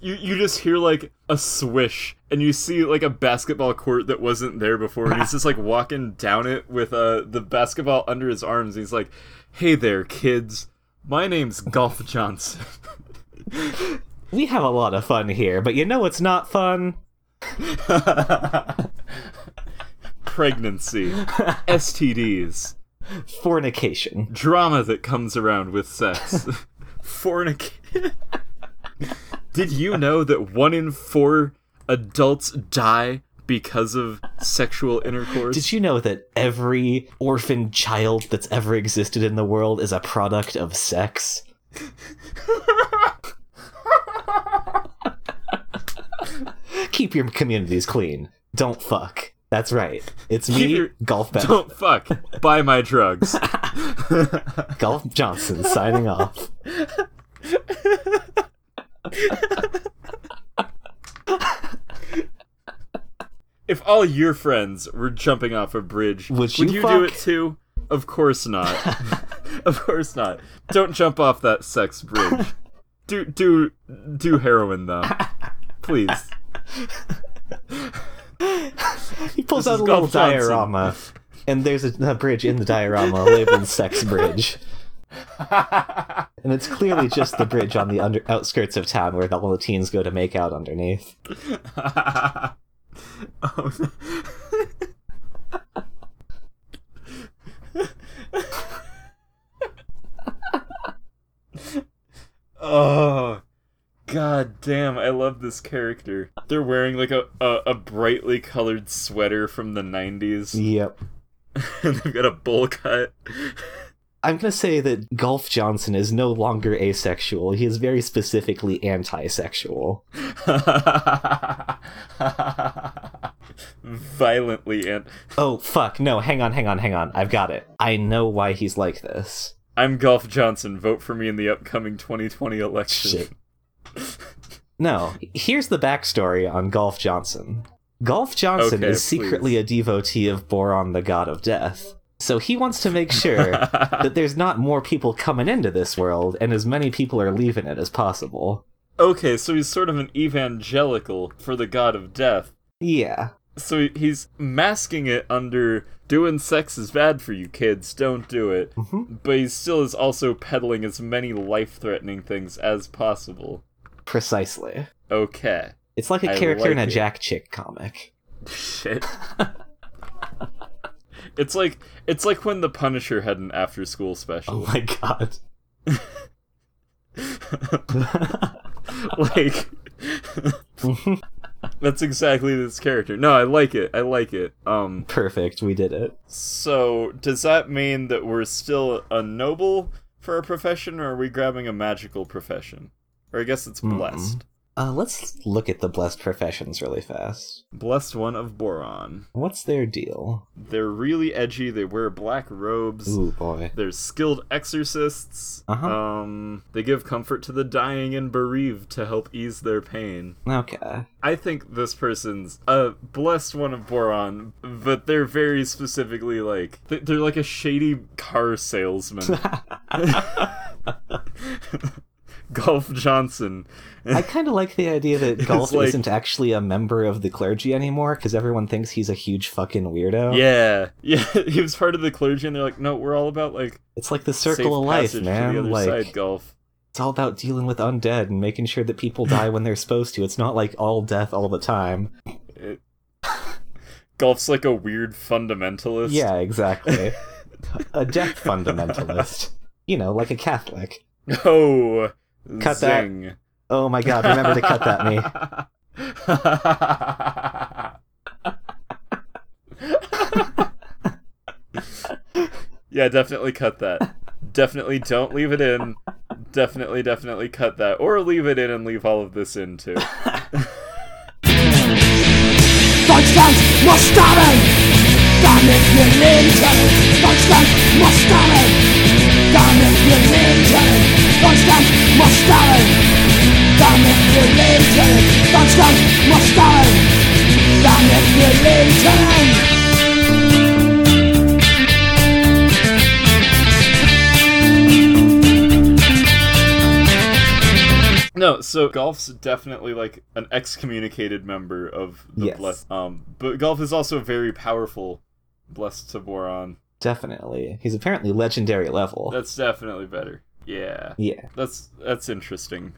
Speaker 3: You you just hear like a swish and you see like a basketball court that wasn't there before and he's just like walking down it with uh the basketball under his arms. He's like, "Hey there, kids. My name's Golf Johnson."
Speaker 1: We have a lot of fun here, but you know what's not fun?
Speaker 3: Pregnancy, STDs,
Speaker 1: Fornication.
Speaker 3: drama that comes around with sex. Fornic. Did you know that one in four adults die because of sexual intercourse?
Speaker 1: Did you know that every orphan child that's ever existed in the world is a product of sex? Keep your communities clean. Don't fuck. That's right. It's me,
Speaker 3: Keep your-
Speaker 1: Golf Bat-
Speaker 3: Don't fuck. Buy my drugs.
Speaker 1: Golf Johnson signing off.
Speaker 3: if all your friends were jumping off a bridge,
Speaker 1: Would you
Speaker 3: do
Speaker 1: fuck?
Speaker 3: it too? Of course not. of course not. Don't jump off that sex bridge. do do do heroin though. Please.
Speaker 1: He pulls
Speaker 3: This
Speaker 1: out
Speaker 3: is
Speaker 1: a little
Speaker 3: Golf Johnson.
Speaker 1: diorama, and there's a, a bridge in the diorama labeled "Sex Bridge," and it's clearly just the bridge on the under, outskirts of town where all the teens go to make out underneath.
Speaker 3: Oh, oh god damn i love this character they're wearing like a, a, a brightly colored sweater from the 90s
Speaker 1: Yep.
Speaker 3: and they've got a bowl cut
Speaker 1: I'm gonna say that Golf Johnson is no longer asexual. He is very specifically anti-sexual.
Speaker 3: violently and
Speaker 1: Oh fuck! No, hang on, hang on, hang on. I've got it. I know why he's like this.
Speaker 3: i'm golf johnson vote for me in the upcoming 2020 election
Speaker 1: Shit. No, here's the backstory on Golf Johnson. Golf Johnson
Speaker 3: Okay,
Speaker 1: is secretly a devotee of Boron, the god of death. So he wants to make sure that there's not more people coming into this world and as many people are leaving it as possible.
Speaker 3: Okay, so he's sort of an evangelical for the god of death.
Speaker 1: Yeah.
Speaker 3: So he- he's masking it under doing sex is bad for you kids, don't do it. But he still is also peddling as many life threatening things as possible.
Speaker 1: Precisely.
Speaker 3: Okay.
Speaker 1: It's like a
Speaker 3: I
Speaker 1: character in a
Speaker 3: like it.
Speaker 1: Jack Chick comic.
Speaker 3: Shit. it's like it's like when the Punisher had an after school
Speaker 1: Oh
Speaker 3: special.
Speaker 1: my god.
Speaker 3: like That's exactly this character. No, I like it. I like it. Um
Speaker 1: Perfect, we did it.
Speaker 3: So, does that mean that we're still a noble for a profession, or are we grabbing a magical profession? Or I guess it's blessed.
Speaker 1: Uh, let's look at the blessed professions really fast.
Speaker 3: Blessed one of Boron.
Speaker 1: What's their deal?
Speaker 3: They're really edgy, they wear black robes.
Speaker 1: Ooh boy.
Speaker 3: They're skilled exorcists.
Speaker 1: Uh-huh.
Speaker 3: Um, they give comfort to the dying and bereaved to help ease their pain.
Speaker 1: Okay.
Speaker 3: I think this person's a blessed one of Boron, but they're very specifically like th- they're like a shady car salesman. Golf Johnson.
Speaker 1: I kind of like the idea that Golf
Speaker 3: like-
Speaker 1: isn't actually a member of the clergy anymore because everyone thinks he's a huge fucking weirdo.
Speaker 3: Yeah, yeah. He was part of the clergy, and they're like, no, we're all about like
Speaker 1: It's like the
Speaker 3: safe
Speaker 1: circle of life,
Speaker 3: passage To the
Speaker 1: man.
Speaker 3: other
Speaker 1: Like
Speaker 3: side golf.
Speaker 1: it's all about dealing with undead and making sure that people die when they're supposed to. It's not like all death all the time.
Speaker 3: Golf's like a weird fundamentalist.
Speaker 1: Yeah, exactly. a death fundamentalist. You know, like a Catholic.
Speaker 3: Oh,
Speaker 1: Cut that.
Speaker 3: zing.
Speaker 1: Oh my god, remember to cut that me.
Speaker 3: yeah, definitely cut that. Definitely don't leave it in. Definitely, definitely cut that. Or leave it in and leave all of this in too.
Speaker 6: Deutschland muss sterben, damit wir leben können. Deutschland muss sterben, damit wir leben können. Deutschland muss sterben, damit wir leben können. Deutschland muss sterben, damit wir leben können.
Speaker 3: No, so golf's definitely like an excommunicated member of the
Speaker 1: Yes.
Speaker 3: blessed. Um, but golf is also very powerful. Blessed to Boron.
Speaker 1: Definitely. He's apparently legendary level.
Speaker 3: That's definitely better. Yeah,
Speaker 1: yeah.
Speaker 3: that's that's interesting.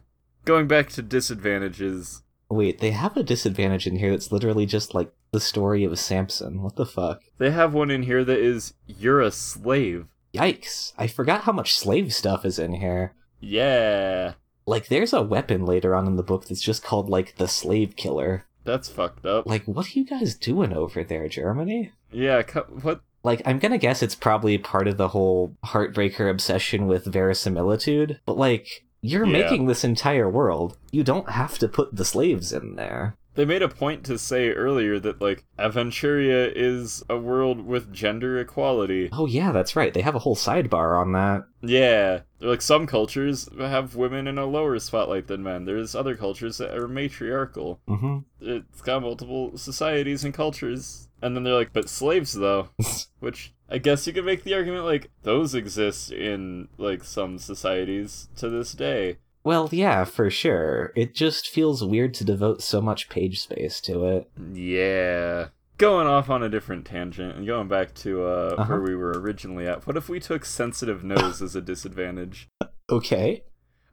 Speaker 3: Going back to disadvantages.
Speaker 1: Wait, they have a disadvantage in here that's literally just like the story of Samson. What the fuck?
Speaker 3: They have one in here that is you're a slave.
Speaker 1: Yikes. I forgot how much slave stuff is in here.
Speaker 3: Yeah.
Speaker 1: Like, there's a weapon later on in the book that's just called, like, the slave killer.
Speaker 3: That's fucked up.
Speaker 1: Like, what are you guys doing over there, Germany?
Speaker 3: yeah, cut, what?
Speaker 1: Like, I'm gonna guess it's probably part of the whole heartbreaker obsession with verisimilitude, but, like, you're
Speaker 3: Yeah.
Speaker 1: making this entire world. You don't have to put the slaves in there.
Speaker 3: They made a point to say earlier that, like, Aventuria is a world with gender equality.
Speaker 1: Oh, yeah, that's right. They have a whole sidebar on that.
Speaker 3: Yeah. Like, some cultures have women in a lower spotlight than men. There's other cultures that are matriarchal.
Speaker 1: hmm.
Speaker 3: It's got multiple societies and cultures. And then they're like, but slaves, though. Which I guess you could make the argument, like, those exist in, like, some societies to this day.
Speaker 1: Well, yeah, for sure. It just feels weird to devote so much page space to it.
Speaker 3: Yeah. Going off on a different tangent and going back to uh,
Speaker 1: Uh-huh.
Speaker 3: where we were originally at, what if we took sensitive nose as a disadvantage?
Speaker 1: Okay.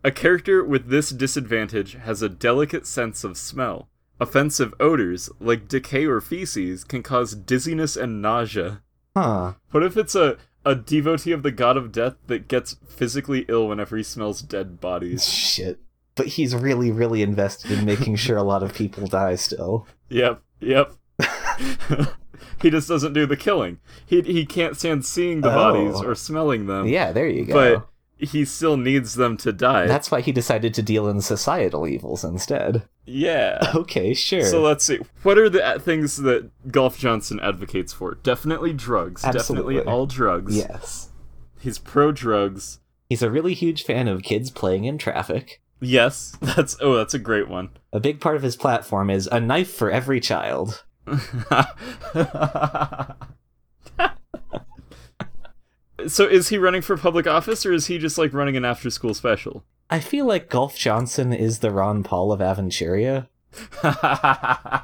Speaker 3: A character with this disadvantage has a delicate sense of smell. Offensive odors, like decay or feces, can cause dizziness and nausea.
Speaker 1: Huh.
Speaker 3: What if it's a, a devotee of the god of death that gets physically ill whenever he smells dead bodies?
Speaker 1: Shit. But he's really, really invested in making sure a lot of people die still.
Speaker 3: Yep, yep. he just doesn't do the killing. He, he can't stand seeing the bodies
Speaker 1: Oh.
Speaker 3: or smelling them.
Speaker 1: Yeah, there you go.
Speaker 3: but he still needs them to die.
Speaker 1: That's why he decided to deal in societal evils instead.
Speaker 3: yeah.
Speaker 1: Okay, sure.
Speaker 3: So let's see. What are the uh, things that Golf Johnson advocates for? Definitely drugs.
Speaker 1: Absolutely.
Speaker 3: Definitely all drugs.
Speaker 1: yes.
Speaker 3: He's pro drugs.
Speaker 1: He's a really huge fan of kids playing in traffic.
Speaker 3: Yes, that's oh, that's a great one.
Speaker 1: A big part of his platform is a knife for every child.
Speaker 3: so is he running for public office or is he just like running an after school special?
Speaker 1: I feel like Golf Johnson is the Ron Paul of Aventuria,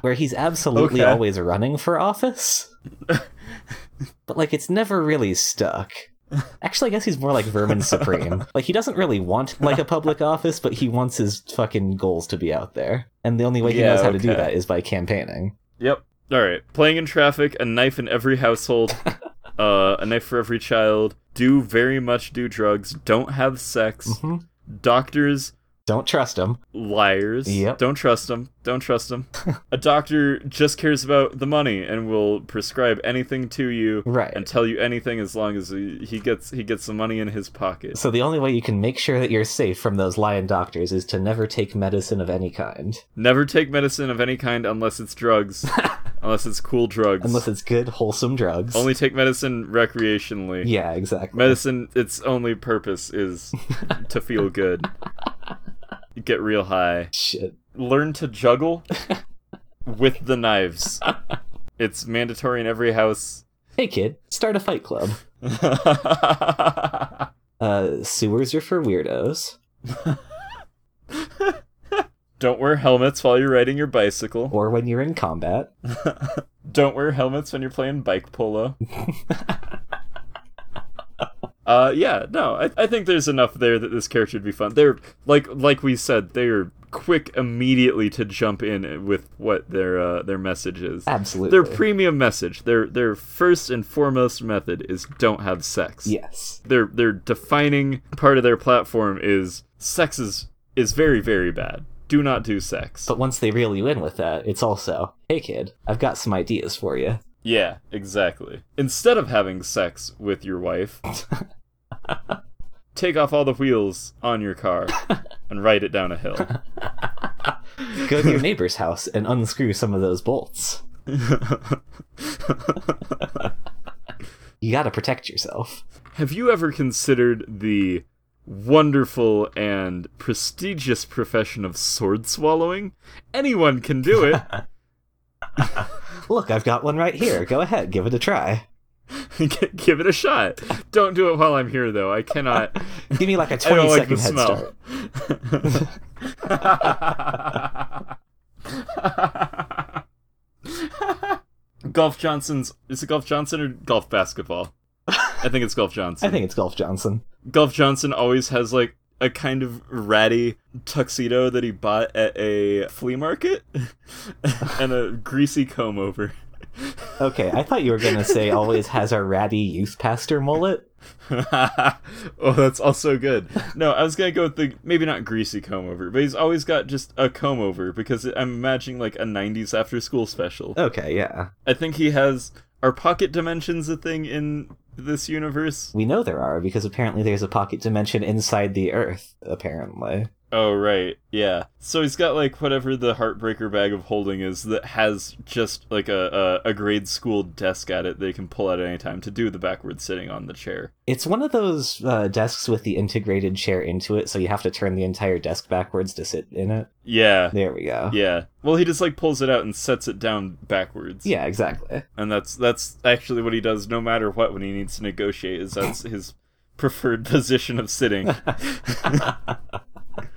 Speaker 1: where he's absolutely
Speaker 3: Okay.
Speaker 1: always running for office. but like it's never really stuck. Actually, I guess he's more like Vermin Supreme. Like he doesn't really want like a public office, but he wants his fucking goals to be out there. And the only way he
Speaker 3: Yeah,
Speaker 1: knows how to do
Speaker 3: okay.
Speaker 1: that is by campaigning.
Speaker 3: Yep. All right. Playing in traffic, a knife in every household, uh, a knife for every child. Do very much do drugs. Don't have sex.
Speaker 1: Mhm.
Speaker 3: Doctors
Speaker 1: Don't trust him.
Speaker 3: liars.
Speaker 1: Yep.
Speaker 3: Don't trust them. Don't trust them. a doctor just cares about the money and will prescribe anything to you
Speaker 1: Right.
Speaker 3: and tell you anything as long as he he gets he gets the money in his pocket.
Speaker 1: So the only way you can make sure that you're safe from those lion doctors is to never take medicine of any kind.
Speaker 3: Never take medicine of any kind unless it's drugs. unless it's cool drugs.
Speaker 1: Unless it's good, wholesome drugs.
Speaker 3: only take medicine recreationally.
Speaker 1: Yeah, exactly.
Speaker 3: Medicine, its only purpose is to feel good, get real high,
Speaker 1: Shit.
Speaker 3: learn to juggle with the knives. It's mandatory in every house.
Speaker 1: Hey kid, start a fight club.
Speaker 3: yeah,
Speaker 1: Uh, sewers are for weirdos.
Speaker 3: Don't wear helmets while you're riding your bicycle.
Speaker 1: or when you're in combat.
Speaker 3: Don't wear helmets when you're playing bike polo. uh, yeah, no, I, I think there's enough there that this character would be fun. They're like like we said, they're quick immediately to jump in with what their uh, their message is.
Speaker 1: Absolutely.
Speaker 3: Their premium message, their their first and foremost method is don't have sex.
Speaker 1: yes.
Speaker 3: Their their defining part of their platform is sex is is very very bad. Do not do sex.
Speaker 1: But once they reel you in with that, it's also, hey kid, I've got some ideas for you.
Speaker 3: Yeah, exactly. Instead of having sex with your wife, take off all the wheels on your car and ride it down a hill.
Speaker 1: Go to your neighbor's house and unscrew some of those bolts. You gotta protect yourself.
Speaker 3: Have you ever considered the wonderful and prestigious profession of sword swallowing? Anyone can do it.
Speaker 1: Look, I've got one right here. Go ahead, give it a try.
Speaker 3: G- Give it a shot. Don't do it while I'm here, though. I cannot.
Speaker 1: Give me like a
Speaker 3: I don't
Speaker 1: 20
Speaker 3: like the
Speaker 1: second head
Speaker 3: smell.
Speaker 1: start.
Speaker 3: Golf Johnson's is it Golf Johnson or Golf Basketball? I think it's Golf Johnson.
Speaker 1: I think it's Golf Johnson.
Speaker 3: Golf Johnson always has like a kind of ratty tuxedo that he bought at a flea market and a greasy comb over.
Speaker 1: Okay, I thought you were gonna say always has a ratty youth pastor mullet.
Speaker 3: oh, that's also good. No, I was gonna go with the maybe not greasy comb over, but he's always got just a comb over because I'm imagining like a '90s after school special.
Speaker 1: Okay, yeah.
Speaker 3: I think he has. Are pocket dimensions a thing in this universe?
Speaker 1: We know there are because apparently there's a pocket dimension inside the Earth, apparently.
Speaker 3: Oh, right. Yeah. So he's got like whatever the Heartbreaker bag of holding is that has just like a, a, a grade school desk at it they can pull out at any time to do the backward sitting on the chair.
Speaker 1: It's one of those uh, desks with the integrated chair into it, so you have to turn the entire desk backwards to sit in it.
Speaker 3: Yeah.
Speaker 1: There we go.
Speaker 3: Yeah. Well, he just like pulls it out and sets it down backwards.
Speaker 1: Yeah, exactly.
Speaker 3: and that's that's actually what he does no matter what when he needs to negotiate is that's his preferred position of sitting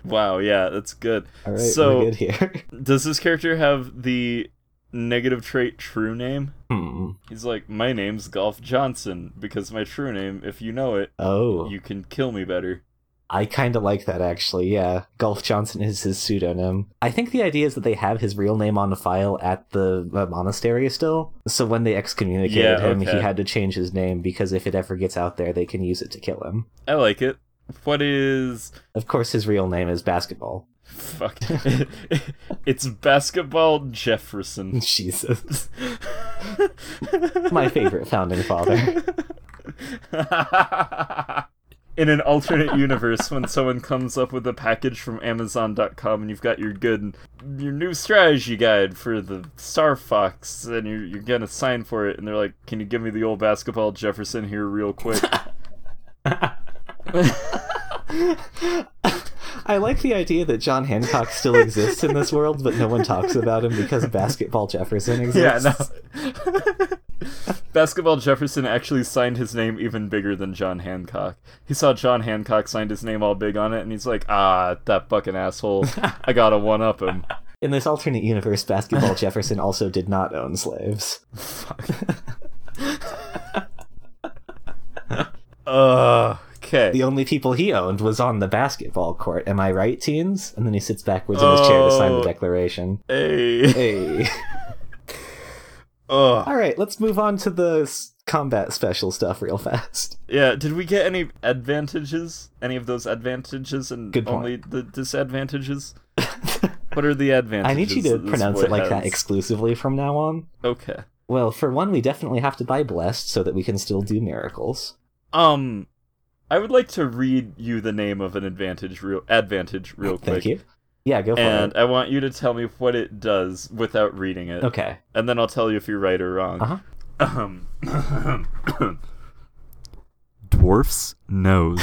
Speaker 3: wow yeah that's good
Speaker 1: All right,
Speaker 3: so
Speaker 1: we're good here.
Speaker 3: does this character have the negative trait true name
Speaker 1: hmm.
Speaker 3: he's like my name's golf johnson because my true name if you know it
Speaker 1: Oh,
Speaker 3: you can kill me better
Speaker 1: I kind of like that actually. Yeah, Golf Johnson is his pseudonym. I think the idea is that they have his real name on file at the uh, monastery still. So when they excommunicated
Speaker 3: Yeah,
Speaker 1: him,
Speaker 3: okay.
Speaker 1: he had to change his name because if it ever gets out there, they can use it to kill him.
Speaker 3: i like it what is
Speaker 1: Of course, his real name is Basketball.
Speaker 3: fuck it's basketball jefferson
Speaker 1: Jesus, my favorite founding father.
Speaker 3: In an alternate universe, when someone comes up with a package from Amazon.com and you've got your good, your new strategy guide for the Star Fox, and you're, you're gonna sign for it, and they're like, "Can you give me the old basketball Jefferson here real quick?"
Speaker 1: I like the idea that John Hancock still exists in this world, but no one talks about him because Basketball Jefferson
Speaker 3: yeah,
Speaker 1: exists.
Speaker 3: no. basketball Jefferson actually signed his name even bigger than John Hancock. He saw John Hancock signed his name all big on it, and he's like, "Ah, that fucking asshole! I gotta one up him."
Speaker 1: In this alternate universe, Basketball Jefferson also did not own slaves.
Speaker 3: Ugh. Okay.
Speaker 1: The only people he owned was on the basketball court. Am I right, teens? And then he sits backwards in his chair to sign
Speaker 3: Oh.
Speaker 1: the declaration.
Speaker 3: Hey.
Speaker 1: Hey.
Speaker 3: Ugh.
Speaker 1: All right, let's move on to the s- combat special stuff real fast.
Speaker 3: Yeah, did we get any advantages? Any of those advantages and
Speaker 1: Good point.
Speaker 3: only the disadvantages? what are the advantages?
Speaker 1: I need you to
Speaker 3: that this
Speaker 1: pronounce
Speaker 3: boy
Speaker 1: it like that
Speaker 3: has?
Speaker 1: exclusively from now on.
Speaker 3: Okay.
Speaker 1: Well, for one, we definitely have to buy Blessed so that we can still do miracles.
Speaker 3: Um I would like to read you the name of an advantage real advantage real quick.
Speaker 1: Thank you. Yeah, go for
Speaker 3: And
Speaker 1: it.
Speaker 3: I want you to tell me what it does without reading it.
Speaker 1: Okay.
Speaker 3: And then I'll tell you if you're right or wrong.
Speaker 1: Uh-huh.
Speaker 3: Um, Dwarf's nose.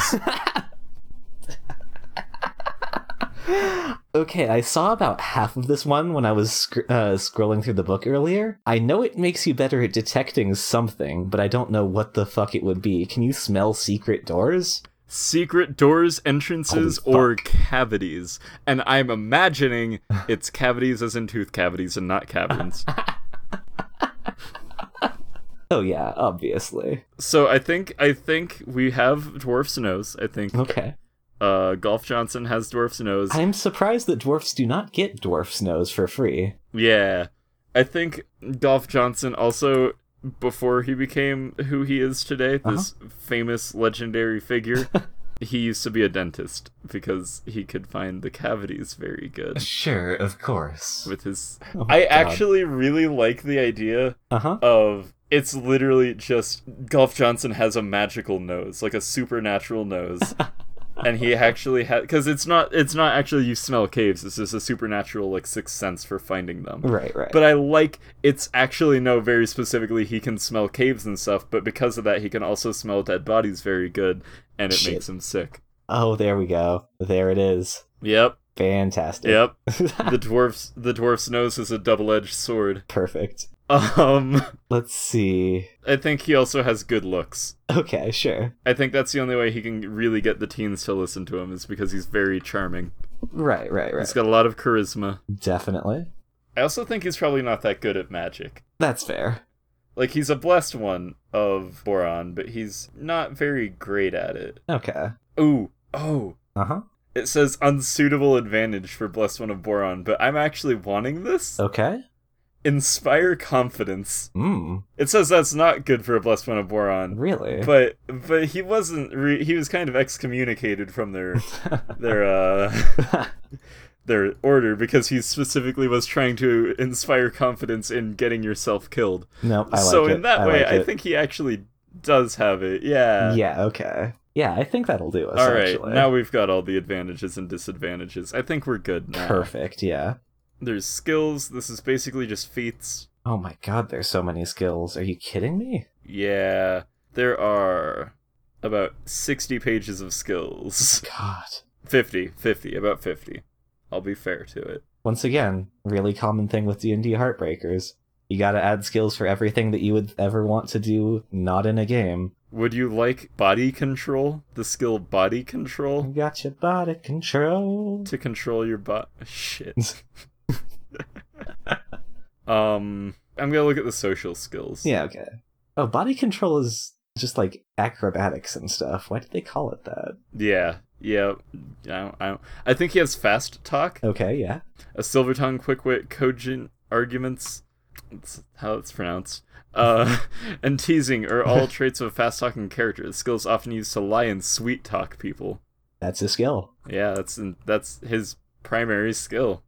Speaker 1: Okay, I saw about half of this one when I was sc- uh, scrolling through the book earlier. I know it makes you better at detecting something, but I don't know what the fuck it would be. Can you smell secret doors?
Speaker 3: secret doors, entrances, or cavities. And I'm imagining it's cavities as in tooth cavities and not caverns.
Speaker 1: Oh yeah, obviously.
Speaker 3: so I think I think we have dwarf's nose. I think
Speaker 1: Okay.
Speaker 3: uh Golf Johnson has dwarf's nose.
Speaker 1: I'm surprised that dwarfs do not get dwarf's nose for free.
Speaker 3: Yeah. I think Dolph Johnson also before he became who he is today, this famous legendary figure, he used to be a dentist because he could find the cavities very good
Speaker 1: Sure, of course.
Speaker 3: with his
Speaker 1: Oh my
Speaker 3: I
Speaker 1: God.
Speaker 3: actually really like the idea
Speaker 1: Uh huh.
Speaker 3: of it's literally just Golf Johnson has a magical nose, like a supernatural nose. and he actually has cuz it's not it's not actually you smell caves, it's just a supernatural like sixth sense for finding them.
Speaker 1: Right, right.
Speaker 3: But I like it's actually no very specifically he can smell caves and stuff, but because of that he can also smell dead bodies very good and it
Speaker 1: Shit.
Speaker 3: makes him sick.
Speaker 1: oh, there we go. There it is.
Speaker 3: Yep.
Speaker 1: Fantastic.
Speaker 3: Yep. the dwarf's the dwarf's nose is a double-edged sword.
Speaker 1: Perfect.
Speaker 3: Um
Speaker 1: Let's see.
Speaker 3: I think he also has good looks.
Speaker 1: Okay, sure.
Speaker 3: I think that's the only way he can really get the teens to listen to him is because he's very charming.
Speaker 1: Right, right, right.
Speaker 3: He's got a lot of charisma.
Speaker 1: Definitely.
Speaker 3: I also think he's probably not that good at magic.
Speaker 1: That's fair.
Speaker 3: Like he's a blessed one of Boron, but he's not very great at it.
Speaker 1: Okay.
Speaker 3: Ooh, oh.
Speaker 1: Uh huh.
Speaker 3: It says unsuitable advantage for Blessed One of Boron, but I'm actually wanting this.
Speaker 1: Okay.
Speaker 3: Inspire confidence.
Speaker 1: Mm.
Speaker 3: It says that's not good for a Blessed One of Boron.
Speaker 1: Really?
Speaker 3: But but he wasn't re- he was kind of excommunicated from their their uh their order because he specifically was trying to inspire confidence in getting yourself killed.
Speaker 1: nope. I like
Speaker 3: so
Speaker 1: it.
Speaker 3: in that
Speaker 1: I
Speaker 3: way,
Speaker 1: like
Speaker 3: I
Speaker 1: it.
Speaker 3: think he actually does have it. Yeah.
Speaker 1: Yeah. Okay. Yeah, I think that'll do us.
Speaker 3: All right.
Speaker 1: Actually.
Speaker 3: Now we've got all the advantages and disadvantages. I think we're good now.
Speaker 1: Perfect. Yeah.
Speaker 3: There's skills. This is basically just feats.
Speaker 1: Oh my god, there's so many skills. Are you kidding me?
Speaker 3: Yeah. There are about 60 pages of skills.
Speaker 1: God.
Speaker 3: 50, 50, about 50. I'll be fair to it.
Speaker 1: Once again, really common thing with D&D Heartbreakers. You gotta add skills for everything that you would ever want to do not in a game.
Speaker 3: Would you like body control? The skill body
Speaker 1: You
Speaker 3: control?
Speaker 1: got your body control.
Speaker 3: To control your body. Shit. um, I'm gonna look at the social skills.
Speaker 1: Yeah, okay. Oh, body control is just like acrobatics and stuff. Why did they call it that?
Speaker 3: Yeah. Yeah. I, don't, I, don't, I think he has fast talk.
Speaker 1: Okay, yeah.
Speaker 3: a silver tongue, quick wit, cogent arguments. That's how it's pronounced. Uh, and teasing are all traits of a fast talking character. The skill is often used to lie and sweet talk people.
Speaker 1: That's a skill.
Speaker 3: Yeah, that's that's his primary skill.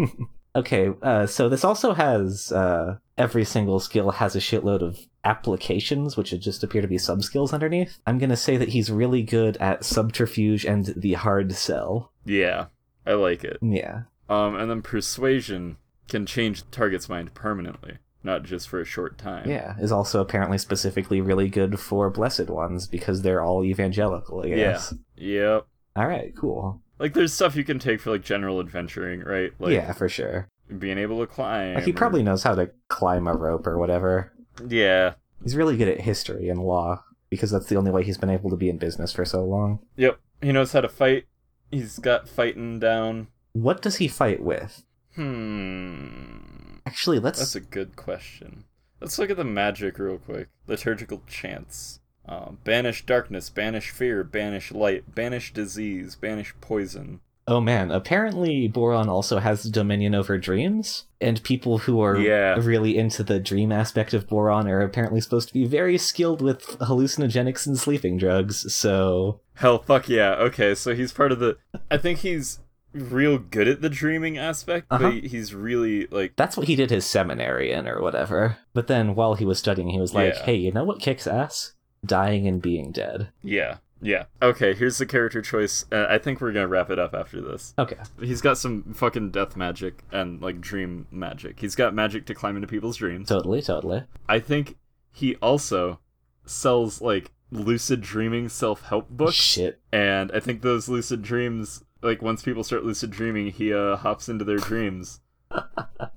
Speaker 1: Okay, uh, so this also has uh, every single skill has a shitload of applications, which would just appear to be sub skills underneath. I'm gonna say that he's really good at subterfuge and the hard sell.
Speaker 3: yeah, I like it.
Speaker 1: Yeah.
Speaker 3: Um, and then persuasion can change the target's mind permanently, not just for a short time.
Speaker 1: Yeah, is also apparently specifically really good for blessed ones because they're all evangelical, I guess.
Speaker 3: Yep.
Speaker 1: All right, cool.
Speaker 3: Like there's stuff you can take for like general adventuring, right? Like
Speaker 1: yeah, for sure.
Speaker 3: being able to climb.
Speaker 1: Like he
Speaker 3: or-
Speaker 1: probably knows how to climb a rope or whatever.
Speaker 3: Yeah.
Speaker 1: He's really good at history and law because that's the only way he's been able to be in business for so long.
Speaker 3: Yep. He knows how to fight. He's got fighting down.
Speaker 1: What does he fight with?
Speaker 3: Hmm.
Speaker 1: Actually, let's
Speaker 3: That's a good question. Let's look at the magic real quick. Liturgical chants. Um, banish darkness, banish fear, banish light, banish disease, banish poison.
Speaker 1: Oh man, apparently Boron also has dominion over dreams, and people who are
Speaker 3: Yeah.
Speaker 1: really into the dream aspect of Boron are apparently supposed to be very skilled with hallucinogenics and sleeping drugs, so.
Speaker 3: Hell, fuck yeah. Okay, so he's part of the. I think he's real good at the dreaming aspect,
Speaker 1: Uh-huh.
Speaker 3: but he- he's really like.
Speaker 1: That's what he did his seminary in or whatever. But then while he was studying, he was like,
Speaker 3: Yeah.
Speaker 1: hey, you know what kicks ass? Dying and being dead.
Speaker 3: Yeah. Yeah. Okay, here's the character choice. Uh, I think we're gonna wrap it up after this.
Speaker 1: Okay.
Speaker 3: He's got some fucking death magic and like dream magic. He's got magic to climb into people's dreams.
Speaker 1: Totally, totally.
Speaker 3: I think he also sells like lucid dreaming self help books.
Speaker 1: Shit.
Speaker 3: And I think those lucid dreams, like once people start lucid dreaming, he uh, hops into their dreams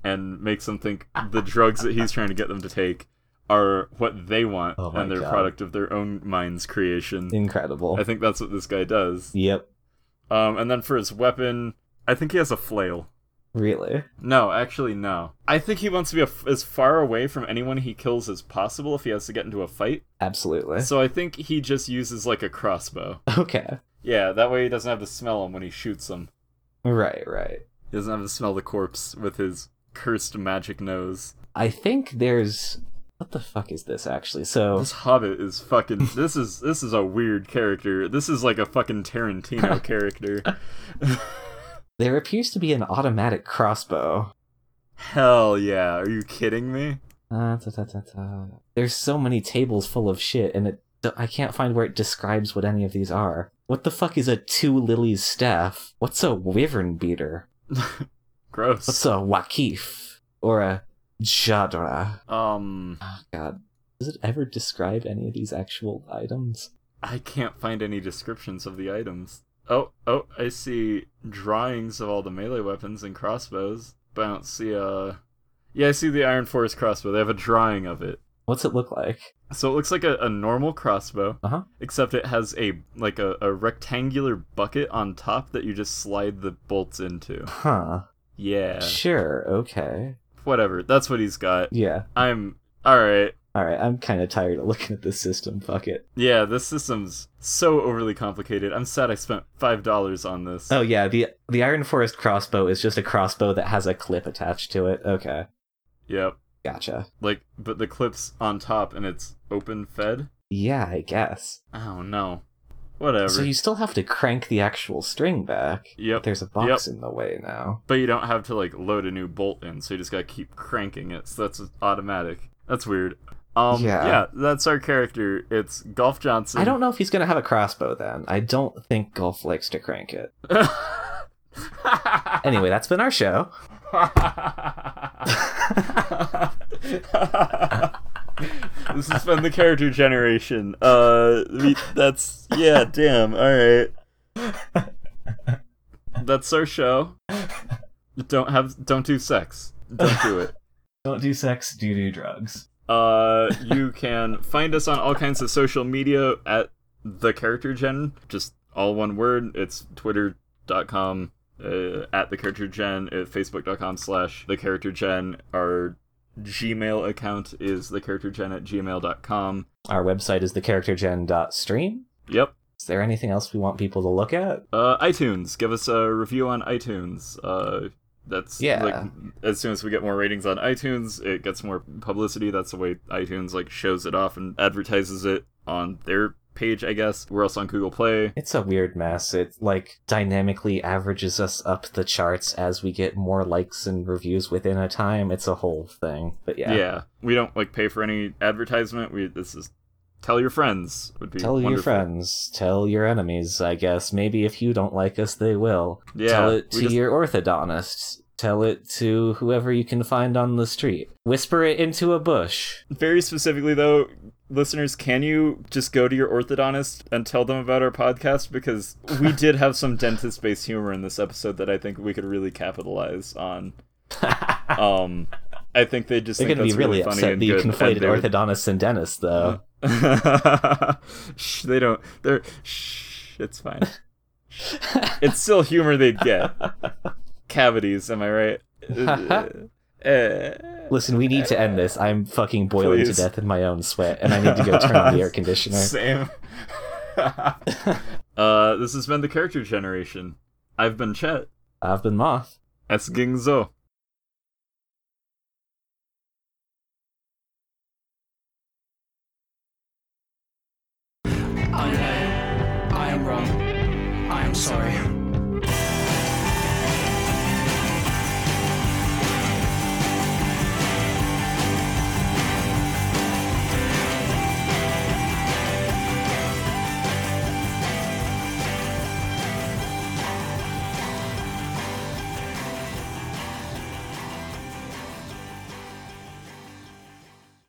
Speaker 3: and makes them think the drugs that he's trying to get them to take are what they want
Speaker 1: Oh my
Speaker 3: and they're a
Speaker 1: God.
Speaker 3: product of their own mind's creation.
Speaker 1: Incredible.
Speaker 3: I think that's what this guy does.
Speaker 1: Yep.
Speaker 3: Um, and then for his weapon, I think he has a flail.
Speaker 1: Really?
Speaker 3: No, actually, no. I think he wants to be a f as far away from anyone he kills as possible if he has to get into a fight.
Speaker 1: Absolutely.
Speaker 3: So I think he just uses like a crossbow.
Speaker 1: Okay.
Speaker 3: Yeah, that way he doesn't have to smell him when he shoots him.
Speaker 1: Right, right.
Speaker 3: He doesn't have to smell the corpse with his cursed magic nose.
Speaker 1: I think there's what the fuck is this actually? So
Speaker 3: This hobbit is fucking this is this is a weird character. This is like a fucking Tarantino character.
Speaker 1: there appears to be an automatic crossbow.
Speaker 3: Hell yeah. Are you kidding me?
Speaker 1: Uh, ta, ta, ta, ta. There's so many tables full of shit, and it I can't find where it describes what any of these are. What the fuck is a two lilies staff? What's a wyvern beater? What's
Speaker 3: Gross.
Speaker 1: a wakif or a jadra?
Speaker 3: Um
Speaker 1: Oh, God, does it ever describe any of these actual items?
Speaker 3: I can't find any descriptions of the items. Oh, oh, I see drawings of all the melee weapons and crossbows, but I don't see a. Yeah, I see the Iron Forest crossbow. They have a drawing of it.
Speaker 1: What's it look like?
Speaker 3: So it looks like a, a normal crossbow,
Speaker 1: Uh-huh.
Speaker 3: except it has a like a, a rectangular bucket on top that you just slide the bolts into.
Speaker 1: Huh.
Speaker 3: Yeah,
Speaker 1: Sure. Okay.
Speaker 3: whatever. That's what he's got.
Speaker 1: Yeah.
Speaker 3: I'm all right.
Speaker 1: All right. I'm kind of tired of looking at this system. Fuck it.
Speaker 3: Yeah, this system's so overly complicated. I'm sad I spent five dollars on this.
Speaker 1: Oh yeah, the the Iron Forest crossbow is just a crossbow that has a clip attached to it. Okay.
Speaker 3: Yep.
Speaker 1: Gotcha.
Speaker 3: Like, but the clip's on top and it's open fed?
Speaker 1: Yeah, I guess.
Speaker 3: Oh no. Whatever.
Speaker 1: So you still have to crank the actual string back.
Speaker 3: Yep.
Speaker 1: There's a box in the way now.
Speaker 3: But you don't have to, like, load a new bolt in, so you just gotta keep cranking it, so that's automatic. That's weird. Um, yeah.
Speaker 1: Yeah.
Speaker 3: that's our character. It's Golf Johnson.
Speaker 1: I don't know if he's gonna have a crossbow then. I don't think Golf likes to crank it. Anyway, that's been our show.
Speaker 3: this has been the character generation. Uh, we, that's yeah. Damn. All right. That's our show. Don't have. Don't do sex. Don't do it.
Speaker 1: Don't do sex, do do drugs.
Speaker 3: Uh, you can find us on all kinds of social media at the character gen. Just all one word. It's twitter.com uh, at the character gen, uh, at facebook.com slash the character gen. Our Gmail account is the character gen at gmail.com.
Speaker 1: Our website is thecharactergen.stream.
Speaker 3: Yep.
Speaker 1: Is there anything else we want people to look at?
Speaker 3: Uh, iTunes. Give us a review on iTunes. Uh, that's
Speaker 1: Yeah.
Speaker 3: Like, as soon as we get more ratings on iTunes, it gets more publicity. That's the way iTunes like shows it off and advertises it on their page. I guess we're also on Google Play.
Speaker 1: It's a weird mess. It like dynamically averages us up the charts as we get more likes and reviews within a time. It's a whole thing. But yeah.
Speaker 3: we don't like pay for any advertisement. We this is tell your friends would be
Speaker 1: Tell your
Speaker 3: wonderful.
Speaker 1: friends, tell your enemies, I guess. Maybe if you don't like us, they will.
Speaker 3: Yeah,
Speaker 1: tell it
Speaker 3: we
Speaker 1: to
Speaker 3: just-
Speaker 1: your orthodontist. Tell it to whoever you can find on the street. Whisper it into a bush.
Speaker 3: Very specifically though, listeners, can you just go to your orthodontist and tell them about our podcast because we did have some dentist-based humor in this episode that I think we could really capitalize on. Um, I think they just
Speaker 1: They're
Speaker 3: think
Speaker 1: going to be
Speaker 3: that's really,
Speaker 1: really
Speaker 3: funny
Speaker 1: upset
Speaker 3: and
Speaker 1: that you
Speaker 3: good, and
Speaker 1: conflated
Speaker 3: they would-
Speaker 1: orthodontists and dentists, though.
Speaker 3: shh, they don't. They're shh. It's fine. it's still humor they'd get. Cavities, am I right? Uh, uh,
Speaker 1: Listen, we need to end this. I'm fucking boiling
Speaker 3: Please.
Speaker 1: to death in my own sweat, and I need to go turn on the air conditioner.
Speaker 3: same. uh, this has been the character generation. I've been Chet.
Speaker 1: I've been Moth.
Speaker 3: Es ging so.
Speaker 2: I know. I am wrong. I am sorry.